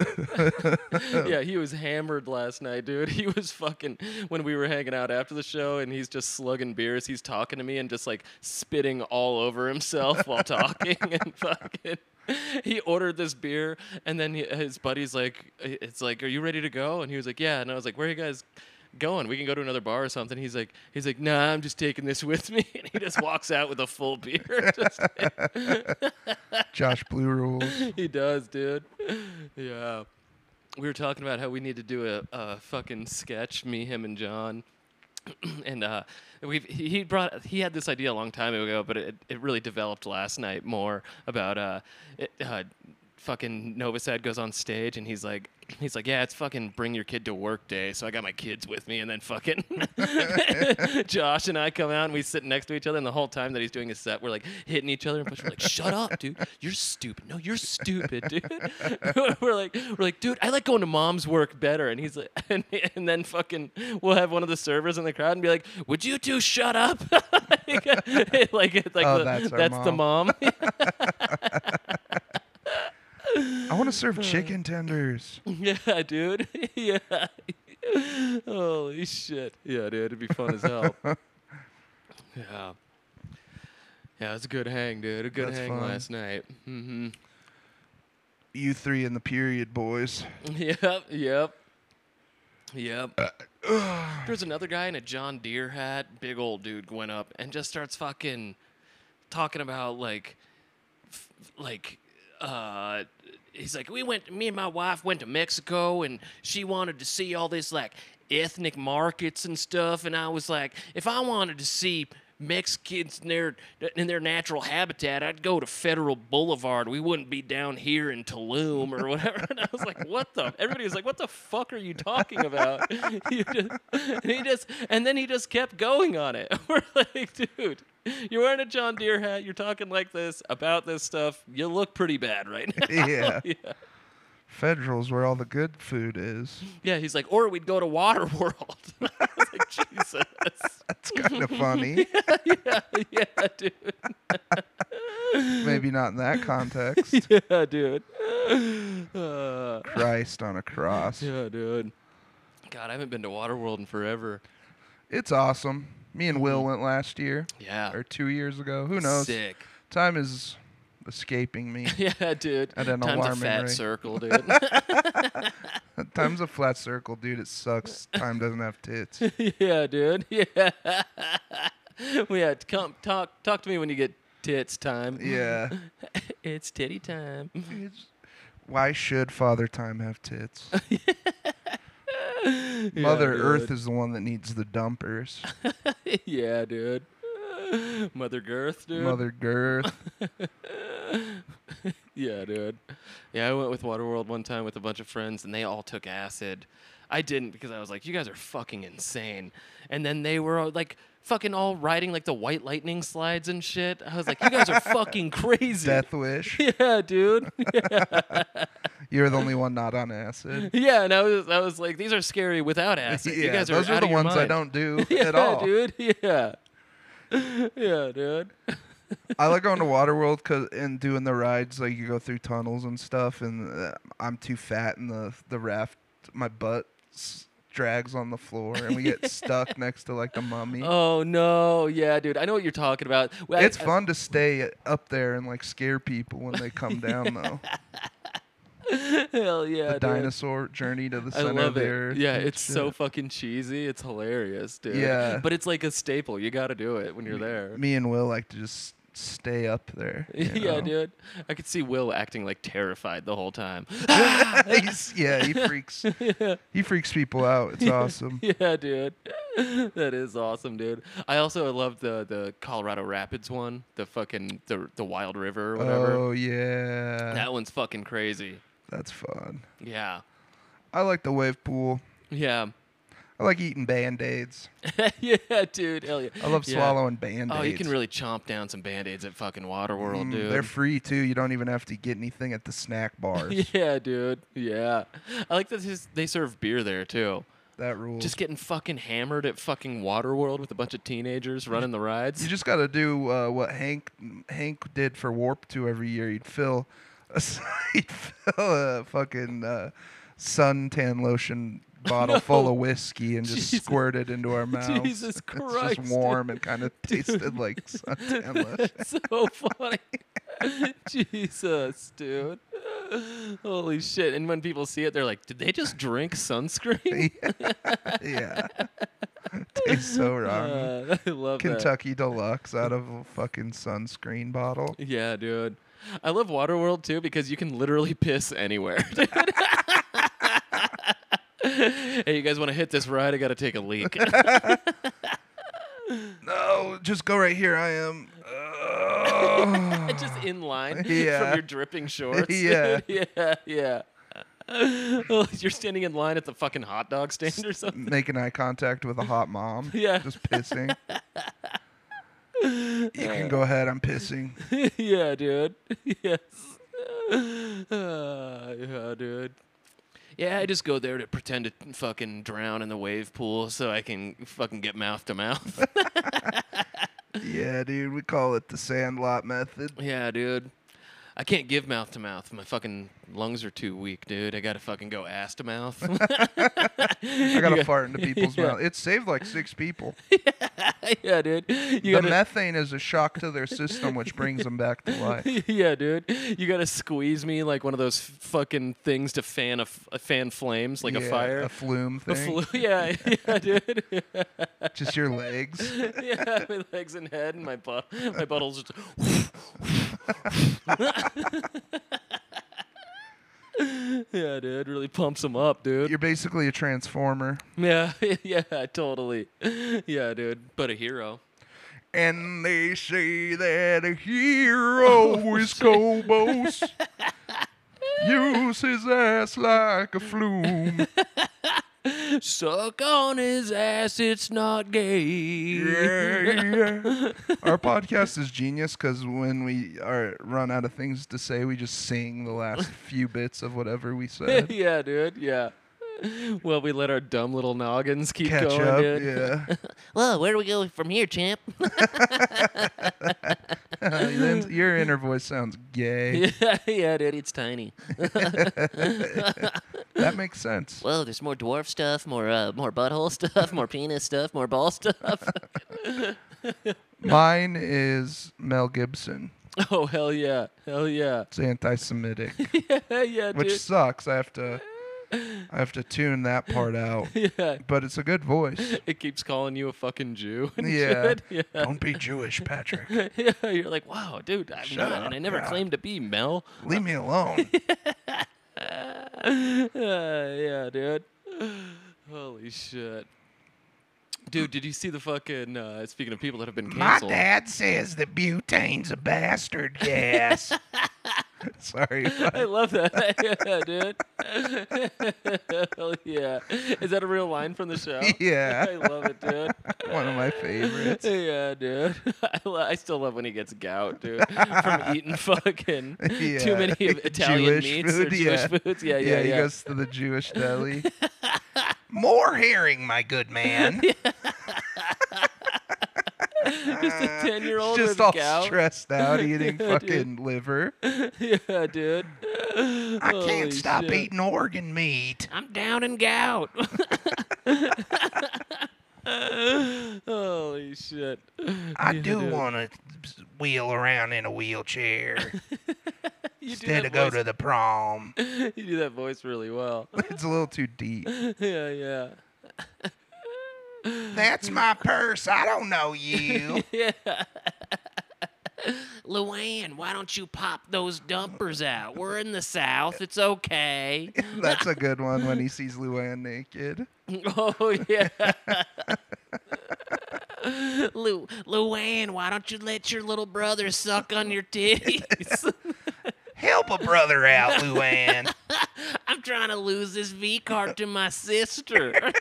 S3: yeah, he was hammered last night, dude. He was fucking when we were hanging out after the show and he's just slugging beers. He's talking to me and just like spitting all over himself while talking and fucking he ordered this beer and then he, his buddy's like it's like are you ready to go and he was like yeah and i was like where are you guys going we can go to another bar or something he's like he's like nah i'm just taking this with me and he just walks out with a full beer Just-
S2: Josh Blue rules.
S3: he does, dude. Yeah. We were talking about how we need to do a, a fucking sketch, me, him, and John. and uh, we've he he brought he had this idea a long time ago, but it, it really developed last night more about uh, it, uh, fucking Novosad goes on stage and he's like he's like yeah it's fucking bring your kid to work day so I got my kids with me and then fucking Josh and I come out and we sit next to each other and the whole time that he's doing his set we're like hitting each other and pushing we're like shut up dude you're stupid no you're stupid dude we're like we're like dude I like going to mom's work better and he's like and, and then fucking we'll have one of the servers in the crowd and be like would you two shut up like like, like
S2: Oh,
S3: the-
S2: that's our
S3: the mom
S2: I want to
S3: Uh.
S2: serve chicken tenders.
S3: Yeah, dude. yeah. Holy shit. Yeah, dude. It'd be fun as hell. yeah. Yeah, it was a good hang, dude. A good
S2: That's
S3: hang
S2: fun.
S3: last night. Mm-hmm.
S2: You three in the period, boys.
S3: Yep. Yep. Yep. There's another guy in a John Deere hat, big old dude, went up and just starts fucking talking about like, f- like, uh, he's like, we went, me and my wife went to Mexico and she wanted to see all this like ethnic markets and stuff, and I was like, if I wanted to see. Mexicans in their in their natural habitat. I'd go to Federal Boulevard. We wouldn't be down here in Tulum or whatever. And I was like, "What the?" Everybody was like, "What the fuck are you talking about?" You just- and he just and then he just kept going on it. We're like, "Dude, you're wearing a John Deere hat. You're talking like this about this stuff. You look pretty bad right now."
S2: yeah.
S3: yeah.
S2: Federal's where all the good food is.
S3: Yeah, he's like, "Or we'd go to Waterworld." I was like, "Jesus."
S2: That's kind of funny.
S3: yeah, yeah, dude.
S2: Maybe not in that context.
S3: Yeah, dude. Uh,
S2: Christ on a cross.
S3: yeah, dude. God, I haven't been to Waterworld in forever.
S2: It's awesome. Me and Will went last year
S3: Yeah.
S2: or two years ago. Who knows?
S3: Mm-hmm. Sick.
S2: Time is escaping me.
S3: Yeah, dude.
S2: At an
S3: Time's a
S2: alarming
S3: fat
S2: rate.
S3: circle, dude.
S2: Time's a flat circle, dude. It sucks. Time doesn't have tits.
S3: yeah, dude. Yeah. well, yeah. Come talk talk to me when you get tits time.
S2: Yeah.
S3: it's titty time.
S2: It's- why should Father Time have tits? Mother Earth is the one that needs the dumpers.
S3: is. yeah, dude. Mother Girth, dude.
S2: Mother Girth.
S3: Yeah, dude. Yeah, I went with Waterworld one time with a bunch of friends, and they all took acid. I didn't because I was like, "You guys are fucking insane." And then they were all, like, "Fucking all riding like the white lightning slides and shit." I was like, "You guys are fucking crazy."
S2: Death Wish.
S3: Yeah, dude.
S2: You're the only one not on acid.
S3: yeah, and I was, I was like, "These are scary without acid." you guys
S2: those
S3: are, out
S2: the
S3: of your
S2: ones I
S3: mind."
S2: don't do
S3: yeah,
S2: at all.
S3: dude. Yeah. yeah, dude.
S2: I like going to Waterworld 'cause- and doing the rides. Like you go through tunnels and stuff, and uh, I'm too fat, and the the raft, my butt s- drags on the floor, and we get stuck next to like the mummy.
S3: Oh no, yeah, dude. I know what you're talking about. Well, I-
S2: It's fun to stay up there and like scare people when they come down though.
S3: Hell yeah,
S2: The
S3: dude.
S2: dinosaur journey to the
S3: I
S2: center
S3: love
S2: of the earth.
S3: it. Yeah,
S2: and
S3: it's so
S2: shit.
S3: fucking cheesy. It's hilarious, dude.
S2: Yeah.
S3: But it's like a staple. You got to do it when you're there.
S2: Me and Will like to just stay up there. you
S3: yeah,
S2: know?
S3: dude. I could see Will acting like terrified the whole time.
S2: He's- yeah, he freaks. He freaks people out. It's awesome.
S3: yeah, dude. that is awesome, dude. I also love the the Colorado Rapids one, the fucking the the Wild River or whatever.
S2: Oh yeah,
S3: That one's fucking crazy.
S2: that's fun.
S3: Yeah.
S2: I like the wave pool.
S3: Yeah.
S2: I like eating band aids.
S3: yeah, dude. Hell yeah.
S2: I love
S3: Yeah.
S2: swallowing band aids.
S3: Oh, you can really chomp down some band aids at fucking Waterworld, dude.
S2: Mm, They're free too. You don't even have to get anything at the snack bars.
S3: yeah, dude. Yeah. I like that his- they serve beer there too.
S2: That rules.
S3: Just getting fucking hammered at fucking Waterworld with a bunch of teenagers running the rides.
S2: you just got to do uh, what Hank Hank did for Warp Two every year. He'd fill, a, he'd fill a fucking uh, suntan lotion bottle full
S3: No.
S2: of whiskey and just
S3: Jesus.
S2: squirt it into our mouths.
S3: Jesus
S2: It's
S3: Christ.
S2: just warm and kind of tasted like suntan lotion.
S3: That's so funny. Jesus, dude. Holy shit. And when people see it, they're like, did they just drink sunscreen?
S2: yeah, tastes so wrong.
S3: Uh, I love that.
S2: Kentucky Deluxe out of a fucking sunscreen bottle.
S3: Yeah, dude. I love Waterworld too because you can literally piss anywhere. dude. hey, you guys want to hit this ride? I got to take a leak.
S2: No, just go right here. I am. Ugh.
S3: just in line
S2: Yeah.
S3: from your dripping shorts.
S2: Yeah.
S3: dude. yeah, yeah. Oh, You're standing in line at the fucking hot dog stand or something.
S2: making eye contact with a hot mom.
S3: Yeah.
S2: Just pissing. you can go ahead. I'm pissing.
S3: yeah, dude. yes. Uh, yeah, dude. Yeah, I just go there to pretend to fucking drown in the wave pool so I can fucking get mouth to mouth.
S2: Yeah, dude. We call it the Sandlot method.
S3: Yeah, dude. I can't give mouth to mouth. My fucking lungs are too weak, dude. I gotta fucking go ass to mouth.
S2: I
S3: I
S2: gotta fart into people's mouth. It saved like six people.
S3: yeah, dude. You
S2: the
S3: gotta,
S2: methane is a shock to their system, which brings them back to life.
S3: yeah, dude. You gotta squeeze me like one of those fucking things to fan a, f- a fan flames like
S2: Yeah,
S3: a fire.
S2: a flume
S3: A
S2: thing.
S3: flu- yeah, yeah, dude.
S2: Just your legs.
S3: yeah, my legs and head and my butt. My butthole's just. yeah, dude. Really pumps them up, dude.
S2: You're basically a transformer.
S3: Yeah, yeah, totally. Yeah, dude. But a hero.
S2: And they say that a
S3: Oh,
S2: hero is Kobos. Use his ass like a flume.
S3: Suck on his ass, it's not gay.
S2: Yeah, yeah. Our podcast is genius because when we are run out of things to say, we just sing the last few bits of whatever we said.
S3: yeah, dude. Yeah. Well, we let our dumb little noggins keep
S2: Catch
S3: going,
S2: up,
S3: dude.
S2: yeah.
S4: Oh,
S3: Well, where do we go from here, champ?
S2: Then Uh, your inner voice sounds gay.
S3: yeah, yeah, dude. It's tiny.
S2: That makes sense.
S4: Whoa, there's more dwarf stuff, more uh, more butthole stuff, more penis stuff, more ball stuff.
S2: Mine is Mel Gibson.
S3: Oh hell yeah, hell yeah,
S2: It's anti-Semitic.
S3: yeah, yeah,
S2: which sucks. I have to I have to tune that part out.
S3: dude. Yeah,
S2: But it's a good voice.
S3: it keeps calling you a fucking Jew. and
S2: Yeah.
S3: shit. yeah.
S2: Don't be Jewish, Patrick.
S3: Yeah, you're like, wow, dude, I'm
S2: Shut
S3: not,
S2: up,
S3: and I never
S2: yeah.
S3: claimed to be Mel.
S2: Leave me alone.
S3: Uh, yeah, dude. Holy shit. Dude, did you see the fucking? Uh, speaking of people that have been
S2: My
S3: canceled,
S2: dad says that butane's a bastard gas. Sorry.
S3: I love that. yeah, dude. Hell yeah. Is that a real line from the show?
S2: Yeah.
S3: I love it, dude.
S2: One of my favorites.
S3: Yeah, dude. I, lo- I still love when he gets gout, dude, from eating fucking too
S2: Yeah.
S3: many of Italian
S2: Jewish
S3: meats or
S2: food,
S3: Jewish
S2: yeah.
S3: foods. Yeah, yeah,
S2: Yeah,
S3: yeah.
S2: he goes to the Jewish deli. More herring, my good man.
S3: Just a ten-year-old with
S2: Just all
S3: gout.
S2: stressed out eating
S3: Yeah, dude.
S2: fucking liver.
S3: yeah, dude.
S2: I can't stop eating organ meat.
S3: I'm down in gout. Holy shit.
S2: I
S3: Yeah,
S2: do
S3: dude.
S2: want to wheel around in a wheelchair
S3: You do,
S2: instead
S3: that
S2: of go to
S3: voice,
S2: the prom.
S3: you do that voice really well.
S2: It's a little too deep.
S3: yeah, yeah.
S2: That's my purse. I don't know you.
S4: Luann, why don't you pop those dumpers out? We're in the South. It's okay.
S2: That's a good one when he sees Luann naked.
S3: Oh, yeah.
S4: Lu- Luann, why don't you let your little brother suck on your titties?
S2: Help a brother out, Luann.
S4: I'm trying to lose this V card to my sister.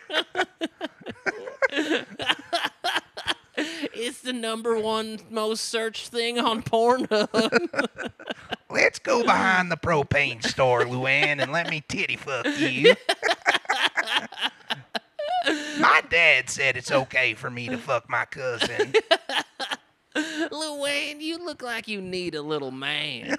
S4: the number one most searched thing on Pornhub.
S5: Let's go behind the propane store, Luann, and let me titty fuck you. my dad said it's okay for me to fuck my cousin.
S4: Luann, you look like you need a little man.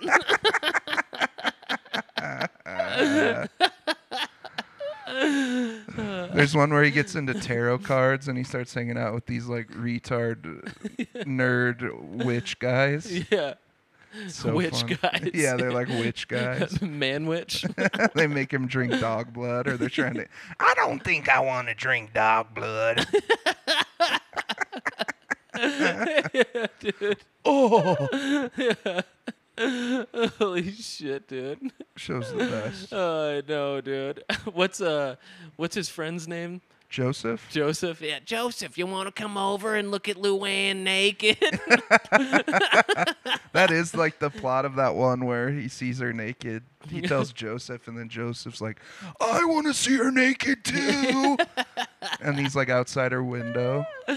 S2: There's one where he gets into tarot cards and he starts hanging out with these like retard nerd witch guys.
S3: yeah.
S2: So
S3: Witch
S2: fun.
S3: guys.
S2: Yeah, they're like witch guys.
S3: Man witch.
S2: they make him drink dog blood or they're trying to
S5: I don't think I want to drink dog blood.
S3: yeah, dude. Oh. Holy shit, dude.
S2: shows the best.
S3: I know, dude. What's uh what's his friend's name?
S2: Joseph?
S3: Joseph?
S4: yeah, Joseph, you want to come over and look at Luann naked?
S2: That is like the plot of that one where he sees her naked. He tells Joseph, and then Joseph's like, I want to see her naked too. and he's like outside her window.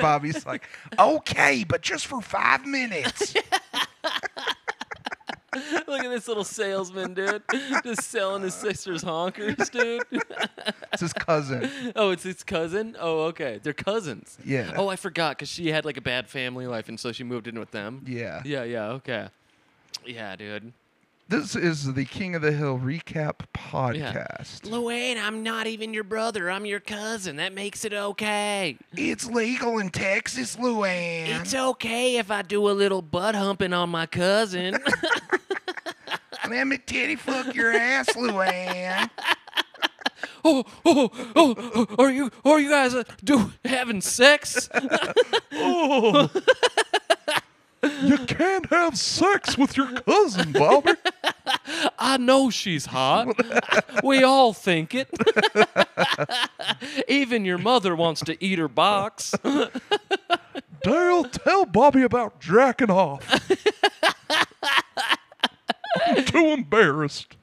S2: Bobby's like,
S5: Okay, but just for five minutes.
S3: Look at this little salesman, dude. Just selling his sister's honkers, dude.
S2: it's his cousin.
S3: Oh, it's his cousin? Oh, okay. They're cousins.
S2: Yeah.
S3: Oh, I forgot because she had like a bad family life and so she moved in with them.
S2: Yeah.
S3: Yeah, yeah, okay. Yeah, dude.
S2: This is the King of the Hill recap podcast.
S4: Luann, I'm not even your brother. I'm your cousin. That makes it okay.
S5: It's legal in Texas, Luann.
S4: It's okay if I do a little butt humping on my cousin.
S5: Let me titty fuck your ass, Luann.
S3: Oh, oh, oh, oh, are you are you guys uh, do having sex?
S2: You can't have sex with your cousin, Bobby.
S3: I know she's hot. we all think it. Even your mother wants to eat her box.
S2: Dale, tell Bobby about jacking off. I'm too embarrassed.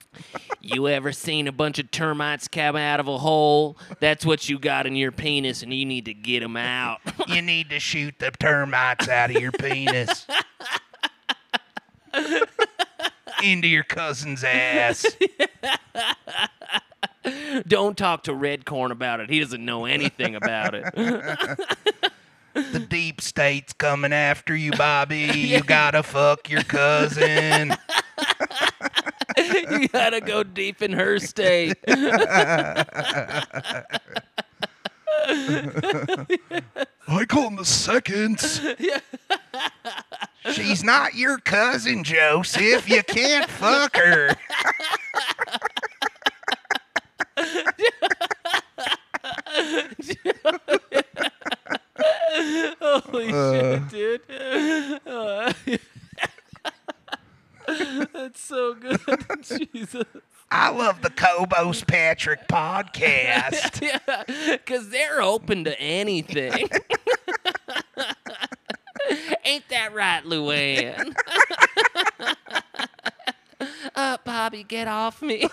S4: you ever seen a bunch of termites come out of a hole? That's what you got in your penis, and you need to get them out.
S5: You need to shoot the termites out of your penis. Into your cousin's ass.
S4: Don't talk to Redcorn about it. He doesn't know anything about it.
S5: The deep state's coming after you, Bobby. You gotta fuck your cousin.
S4: you gotta go deep in her state.
S2: I call him the seconds.
S5: She's not your cousin, Joseph. You can't fuck her.
S3: Holy
S2: Uh.
S3: shit, dude. Uh, That's so good. Jesus.
S5: I love the Cobos Patrick podcast.
S4: Yeah, because they're open to anything. Ain't that right, Luann? uh, Bobby, get off me.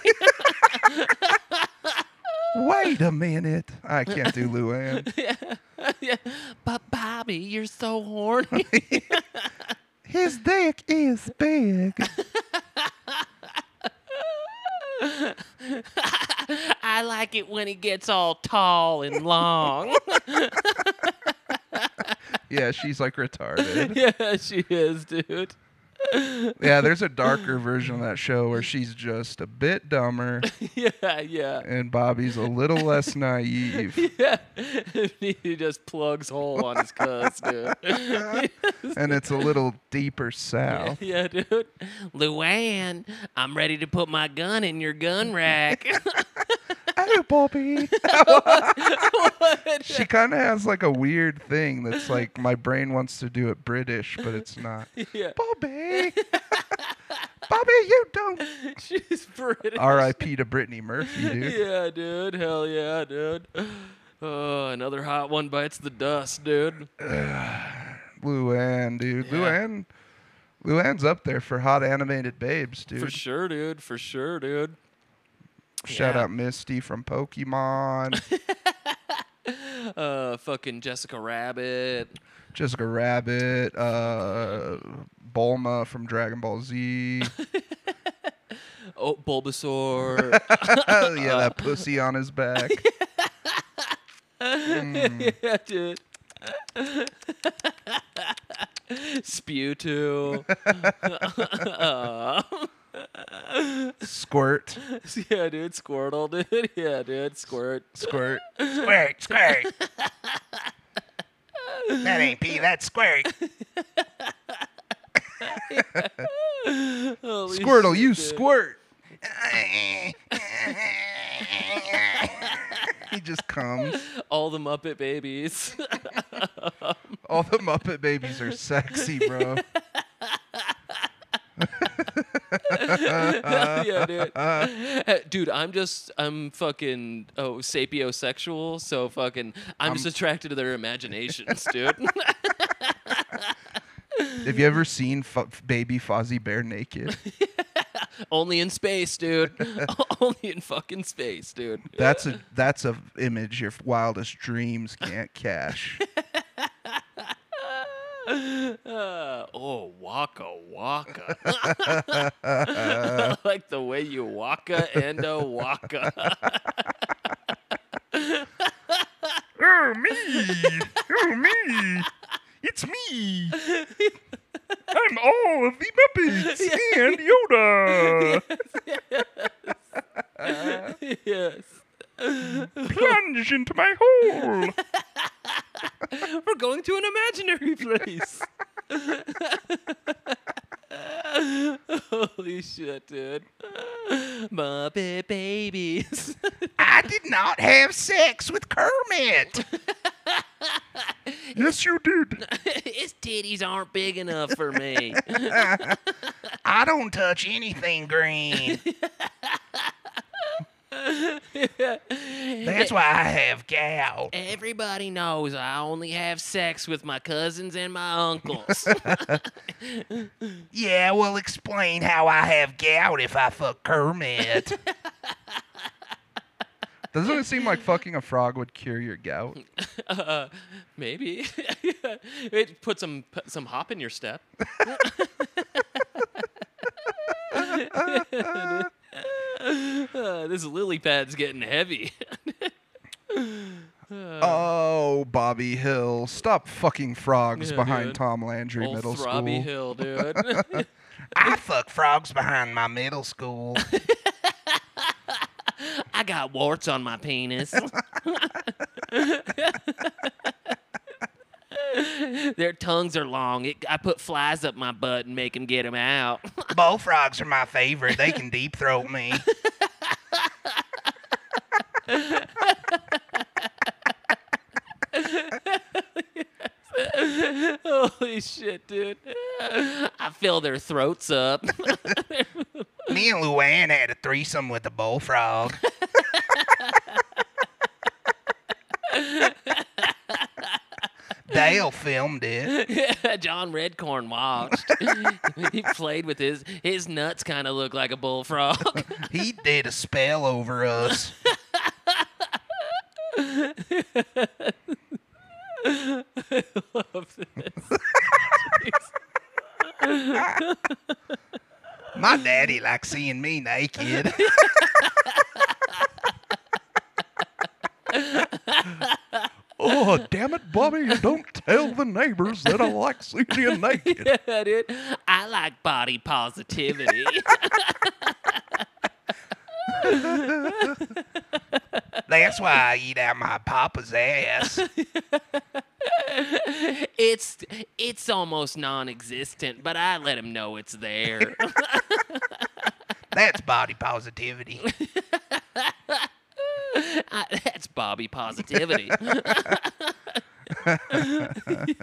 S2: Wait a minute. I can't do Luann.
S4: Yeah, But, Bobby, you're so horny.
S2: His dick is big.
S4: I like it when he gets all tall and long.
S2: Yeah, she's like retarded.
S3: Yeah, she is, dude.
S2: Yeah, there's a darker version of that show where she's just a bit dumber
S3: Yeah, yeah.
S2: and Bobby's a little less naive.
S3: Yeah. he just plugs hole on his cuss, dude.
S2: And it's a little deeper south.
S3: yeah, dude.
S4: Luann, I'm ready to put my gun in your gun rack.
S2: Oh, Bobby. she kind of has like a weird thing that's like my brain wants to do it British, but it's not.
S3: Yeah.
S2: Bobby. Bobby, you don't.
S3: She's British.
S2: R.I.P. to Brittany Murphy, dude.
S3: Yeah, dude. Hell yeah, dude. Oh, another hot one bites the dust, dude.
S2: Luann, dude. Luann. Luann's up there for hot animated babes, dude.
S3: For sure, dude. For sure, dude.
S2: Shout
S4: Yeah.
S2: out Misty from Pokemon.
S3: uh, fucking Jessica Rabbit.
S2: Jessica Rabbit, uh, Bulma from Dragon Ball Z.
S3: Oh, Bulbasaur.
S2: oh yeah, that pussy on his back.
S3: yeah, dude. Spew too.
S2: Squirt,
S3: yeah, dude. Squirtle, dude. Yeah, dude. Squirt.
S2: squirt.
S5: Squirt, squirt. that ain't pee, that's squirt.
S3: Holy
S2: Squirtle,
S3: shit,
S2: you
S3: dude.
S2: squirt. he just comes.
S3: All the Muppet babies.
S2: All the Muppet babies are sexy, bro.
S3: yeah, dude. Uh, dude, I'm just, I'm fucking, oh, sapiosexual. So fucking, I'm just attracted to their imaginations, dude.
S2: Have you ever seen Fo- baby Fozzie Bear naked?
S3: Only in space, dude. Only in fucking space, dude.
S2: That's a that's a image your wildest dreams can't cash.
S3: Uh, oh, waka waka. I like the way you waka and a waka.
S2: oh me, oh me, it's me. I'm all of the Muppets and Yoda.
S3: yes.
S2: Plunge into my hole.
S3: We're going to an imaginary place. Holy shit, dude. Muppet babies.
S5: I did not have sex with Kermit.
S2: Yes, you did.
S4: His titties aren't big enough for me.
S5: I don't touch anything green. That's why I have gout.
S4: Everybody knows I only have sex with my cousins and my uncles.
S5: Yeah, well, explain how I have gout if I fuck Kermit.
S2: Doesn't it seem like fucking a frog would cure your gout?
S3: Uh, maybe. it put some put some hop in your step. Uh, this lily pad's getting heavy. Uh.
S2: Oh, Bobby Hill, stop fucking frogs
S3: Yeah,
S2: behind
S3: dude.
S2: Tom Landry
S3: Old
S2: Middle School.
S3: Throbby Hill, dude.
S5: I fuck frogs behind my middle school.
S4: I got warts on my penis. Their tongues are long. It, I put flies up my butt and make them get them out.
S5: Bullfrogs are my favorite. They can deep throat me.
S3: Holy shit, dude.
S4: I fill their throats up.
S5: Me and Luann had a threesome with a bullfrog. Dale filmed it.
S4: John Redcorn watched. he played with his his nuts. Kind of look like a bullfrog.
S5: He did a spell over us.
S3: Love this.
S5: My daddy likes seeing me naked.
S2: Oh, damn it, Bobby, don't tell the neighbors that I like seeing you naked.
S4: That it. I like body positivity.
S5: That's why I eat out my papa's ass.
S4: it's it's almost non-existent, but I let him know it's there.
S5: That's body positivity.
S4: I, that's Bobby positivity.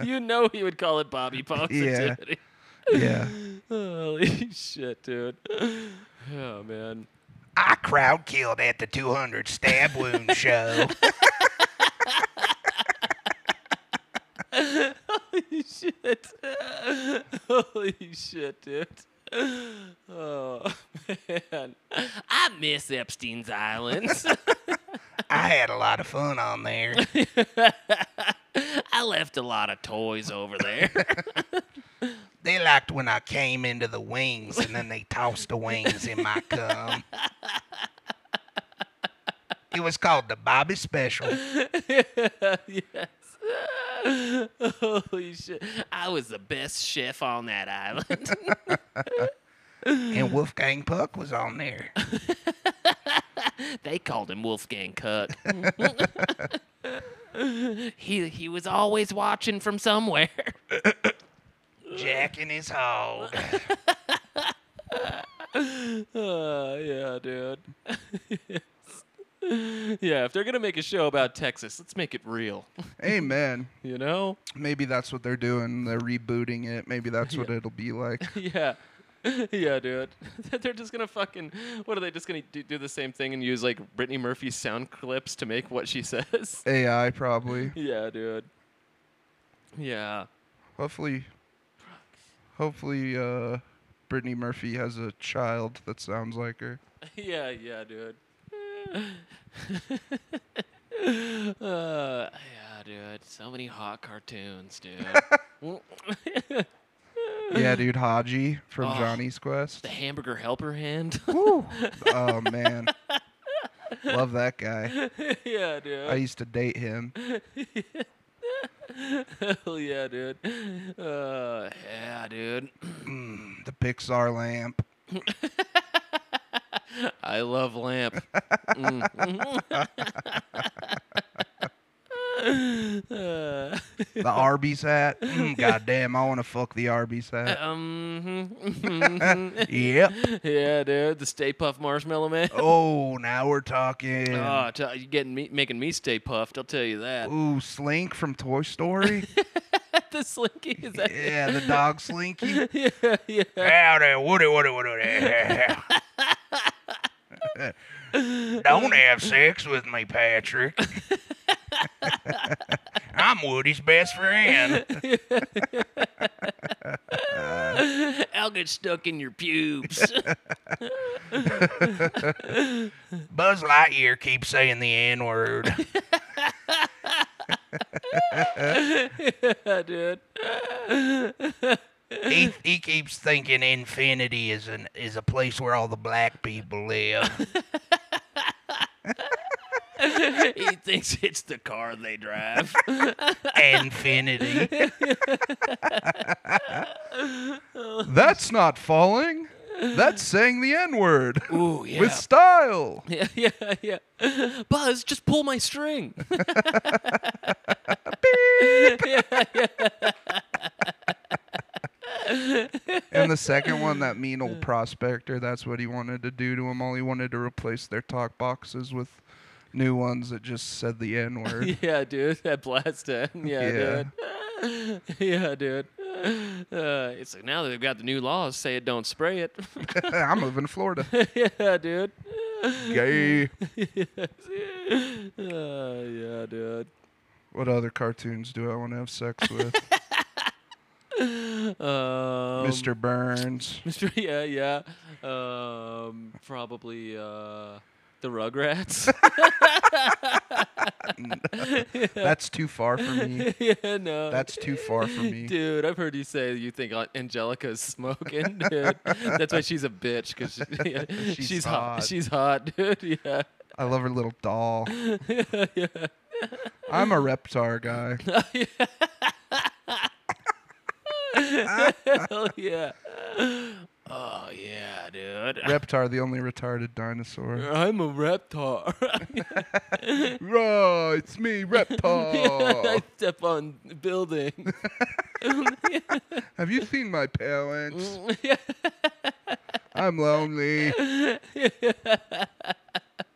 S3: you know he would call it Bobby positivity.
S2: Yeah.
S3: Holy shit, dude. Oh man.
S5: I crowd killed at the 200 stab wound show.
S3: Holy shit. Holy shit, dude. Oh man.
S4: I miss Epstein's Island.
S5: I had a lot of fun on there.
S4: I left a lot of toys over there.
S5: They liked when I came into the wings and then they tossed the wings in my cum. It was called the Bobby Special.
S4: yes. Holy shit. I was the best chef on that island.
S5: and Wolfgang Puck was on there.
S4: they called him Wolfgang Cook. he he was always watching from somewhere.
S5: Jack and his hog.
S3: Uh, yeah, dude. Yes. Yeah, if they're gonna make a show about Texas, let's make it real.
S2: Amen.
S3: You know?
S2: Maybe that's what they're doing. They're rebooting it. Maybe that's what it'll be like.
S3: Yeah. Yeah, dude. They're just gonna fucking. What are they just gonna do, do the same thing and use like Brittany Murphy's sound clips to make what she says?
S2: AI probably.
S3: yeah, dude. Yeah.
S2: Hopefully, hopefully, uh, Brittany Murphy has a child that sounds like her.
S3: Yeah, yeah, dude. uh, yeah, dude. So many hot cartoons, dude.
S2: Yeah, dude, Haji from
S3: Oh.
S2: Johnny's Quest.
S3: the hamburger helper hand.
S2: Woo. Oh man, love that guy.
S3: yeah,
S2: I
S3: dude.
S2: used to date him.
S3: Hell yeah, dude. Uh, yeah, dude.
S2: The Pixar lamp.
S3: I love lamp. Mm. uh,
S2: The Arby's hat. Mm, goddamn, I want to fuck the Arby's hat.
S3: um, mm-hmm.
S2: Yep.
S3: yeah, dude. The Stay Puff Marshmallow Man.
S2: Oh, now we're talking.
S3: Oh, t- you're getting me, making me stay puffed. I'll tell you that.
S2: Ooh, Slink from Toy Story.
S3: the slinky is that?
S2: yeah, the dog Slinky.
S3: Yeah, yeah.
S5: Howdy, woody, woody, woody. Don't have sex with me, Patrick. I'm Woody's best friend.
S4: I'll get stuck in your pubes.
S5: Buzz Lightyear keeps saying the N word.
S3: yeah, dude.
S5: He, he keeps thinking infinity is an is a place where all the black people live.
S4: he thinks it's the car they drive.
S5: infinity.
S2: That's not falling. That's saying the N word
S4: Ooh, yeah.
S2: with style.
S3: Yeah, yeah, yeah. Buzz, just pull my string.
S2: And the second one, that mean old prospector, that's what he wanted to do to him. All he wanted to replace their talk boxes with new ones that just said the N word.
S3: yeah, dude. That blast end. Yeah,
S2: Yeah.
S3: dude. yeah, dude. Uh, it's like now that they've got the new laws, say it, don't spray it.
S2: I'm moving to Florida.
S3: yeah, dude.
S2: Gay.
S3: Uh, yeah, dude.
S2: What other cartoons do I want to have sex with?
S3: Um,
S2: Mr. Burns.
S3: Mr. Yeah, yeah. Um, probably uh, the Rugrats.
S2: That's too far for me.
S3: yeah, no.
S2: That's too far for me.
S3: Dude, I've heard you say you think uh, Angelica's smoking, dude. That's why she's a bitch because she's,
S2: She's
S3: hot.
S2: hot.
S3: She's hot, dude. Yeah.
S2: I love her little doll.
S3: yeah.
S2: I'm a Reptar guy.
S3: Hell yeah.
S4: oh yeah, dude.
S2: Reptar, the only retarded dinosaur.
S3: I'm a reptar.
S2: Right, it's me,
S3: I
S2: Reptar.
S3: step on buildings.
S2: Have you seen my parents?
S3: yeah.
S2: I'm lonely.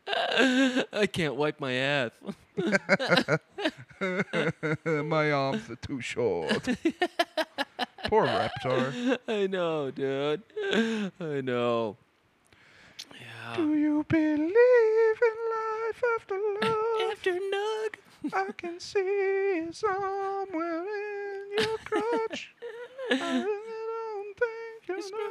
S3: I can't wipe my ass.
S2: my arms are too short. Poor Reptar.
S3: I know, dude. I know. Yeah.
S2: Do you believe in life after love?
S4: After Nug.
S2: I can see somewhere in your crotch. I really don't think you're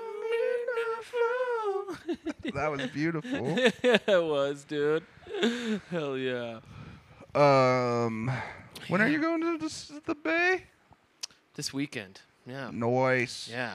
S2: lonely enough. That was beautiful.
S3: it was, dude. Hell yeah.
S2: Um, when are you going to this, the Bay?
S3: This weekend. Yeah.
S2: Noise.
S3: Yeah.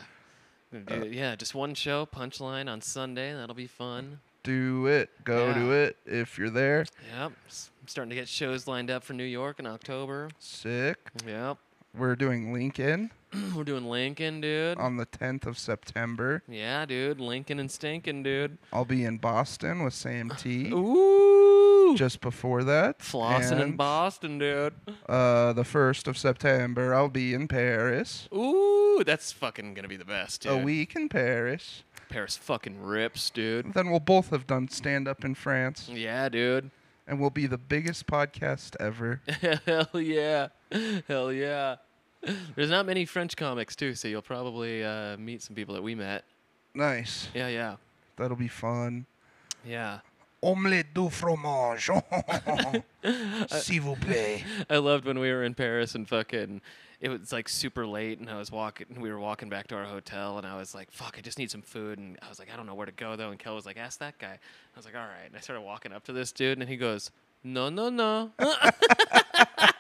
S3: Gonna do- yeah, just one show, punchline on Sunday. That'll be fun.
S2: Do it. Go to
S3: Yeah.
S2: it if you're there.
S3: Yep. s- I'm starting to get shows lined up for New York in October.
S2: Sick.
S3: Yep.
S2: We're doing Lincoln
S3: We're doing Lincoln, dude.
S2: on the 10th of September.
S3: yeah, dude. Lincoln and Stinkin', dude.
S2: I'll be in Boston with Sam T.
S3: Ooh.
S2: Just before that,
S3: Flossing in Boston, dude.
S2: Uh, the first of September, I'll be in Paris.
S3: Ooh, that's fucking gonna be the best, dude.
S2: A week in Paris.
S3: Paris fucking rips, dude.
S2: Then we'll both have done stand up in France,
S3: Yeah, dude.
S2: and we'll be the biggest podcast ever.
S3: Hell yeah. Hell yeah. There's not many French comics too, so you'll probably uh, meet some people that we met.
S2: nice.
S3: Yeah, yeah,
S2: That'll be fun.
S3: yeah.
S5: Omelette du fromage.
S3: Uh,
S5: S'il vous plaît.
S3: I loved when we were in Paris and fucking. It was like super late, and I was walking. We were walking back to our hotel, and I was like, "Fuck, I just need some food." And I was like, "I don't know where to go though." And Kel was like, "Ask that guy." I was like, "All right." And I started walking up to this dude, and he goes, "No, no, no."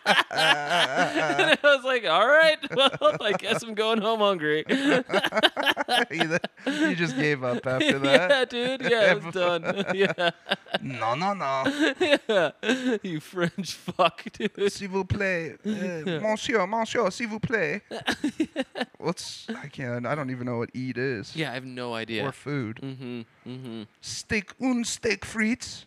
S3: and I was like, "All right, well, I guess I'm going home hungry."
S2: you you just gave up after
S3: yeah,
S2: that.
S3: dude. Yeah, I was done. yeah,
S5: No, no, no.
S3: yeah. You French fuck, dude.
S2: S'il vous plaît, uh, monsieur, monsieur, s'il vous plaît. What's I can't. I don't even know what eat is.
S3: Yeah, I have no idea.
S2: Or food.
S3: Mm-hmm. Mm-hmm.
S2: Steak un steak frites.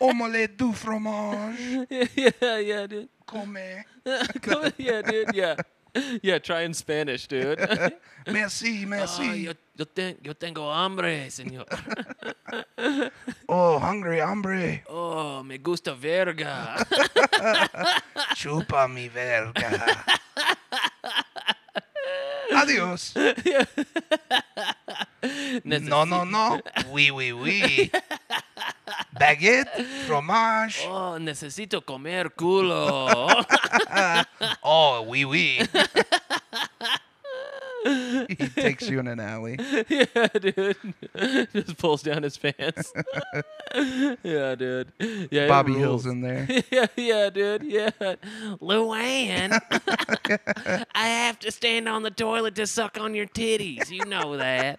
S5: Omelette du fromage.
S3: yeah, yeah, dude.
S5: Come.
S3: Come on, yeah, dude. Yeah. Yeah, try in Spanish, dude.
S5: Merci,
S3: oh,
S5: merci.
S3: yo, yo, ten, yo tengo hambre, señor.
S5: Oh, hungry, hungry.
S3: Oh, me gusta verga.
S5: Chupa mi verga. Adios.
S3: Neces-
S5: No, no, no. Oui, oui, oui. Baguette, fromage.
S3: Oh, necesito comer culo.
S5: Oh, oui, oui.
S2: He takes you in an alley.
S3: yeah, dude. Just pulls down his pants. yeah, dude. Yeah, it
S2: Bobby
S3: rules.
S2: Hill's in there.
S3: yeah, yeah, dude. Yeah.
S4: Luann, I have to stand on the toilet to suck on your titties. You know that.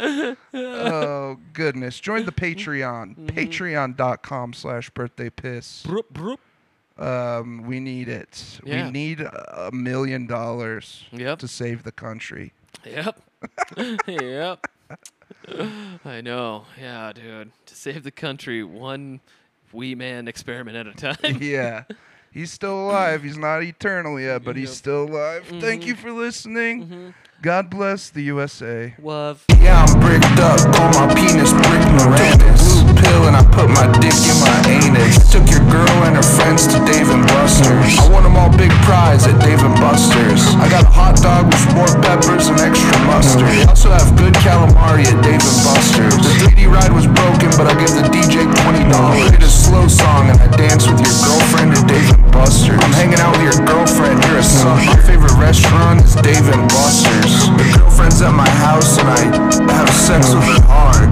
S2: oh goodness join
S3: Mm-hmm.
S2: the patreon patreon.com slash birthday piss
S3: Broop, broop.
S2: um, we need it
S3: Yeah.
S2: we need a a million dollars
S3: Yep.
S2: to save the country
S3: Yep. yep. I know. Yeah, dude. To save the country one wee man experiment at a time.
S2: yeah he's still alive he's not eternal yet but he's
S3: Yep. Mm-hmm.
S2: still alive thank you for listening god bless the usa
S3: Love.
S6: Yeah, I'm bricked up, call my penis Brick Moranis. Blue pill and I put my dick in my anus. Took your girl and her friends to Dave and Buster's. I won them all big prize at Dave and Buster's. I got a hot dog with more peppers and extra mustard. They also have good calamari at Dave and Buster's. The 3D ride was broken, but I give the DJ $20. Did a slow song and I danced with your girlfriend at Dave and Buster's. I'm hanging out with your girlfriend, you're a suck. My favorite restaurant is Dave and Buster's. Your girlfriend's at my house and I have sex with her hard.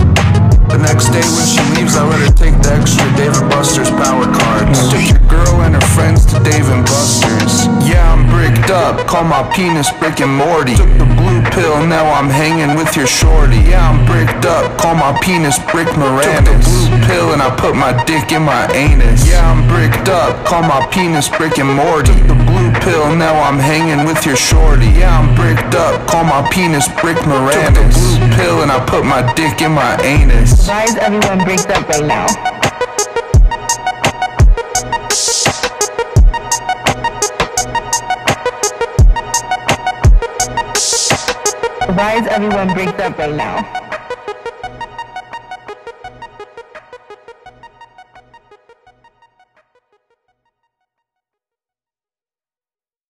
S6: The next day when she leaves, I let her take the extra Dave and Buster's power cards. Took your girl and her friends to Dave and Buster's. Yeah, I'm bricked up, call my penis Brick and Morty. Took the blue pill, now I'm hanging with your shorty. Yeah, I'm bricked up, call my penis Brick Moranis. Took the blue pill and I put my dick in my anus. Yeah, I'm bricked up, call my penis Brick and Morty. Took the blue pill, now I'm hanging with your shorty. Yeah, I'm bricked up, call my penis Brick Moranis. Took the blue pill and I put my dick in my anus.
S1: Why is everyone bricked up right now? Why is everyone bricked up right now?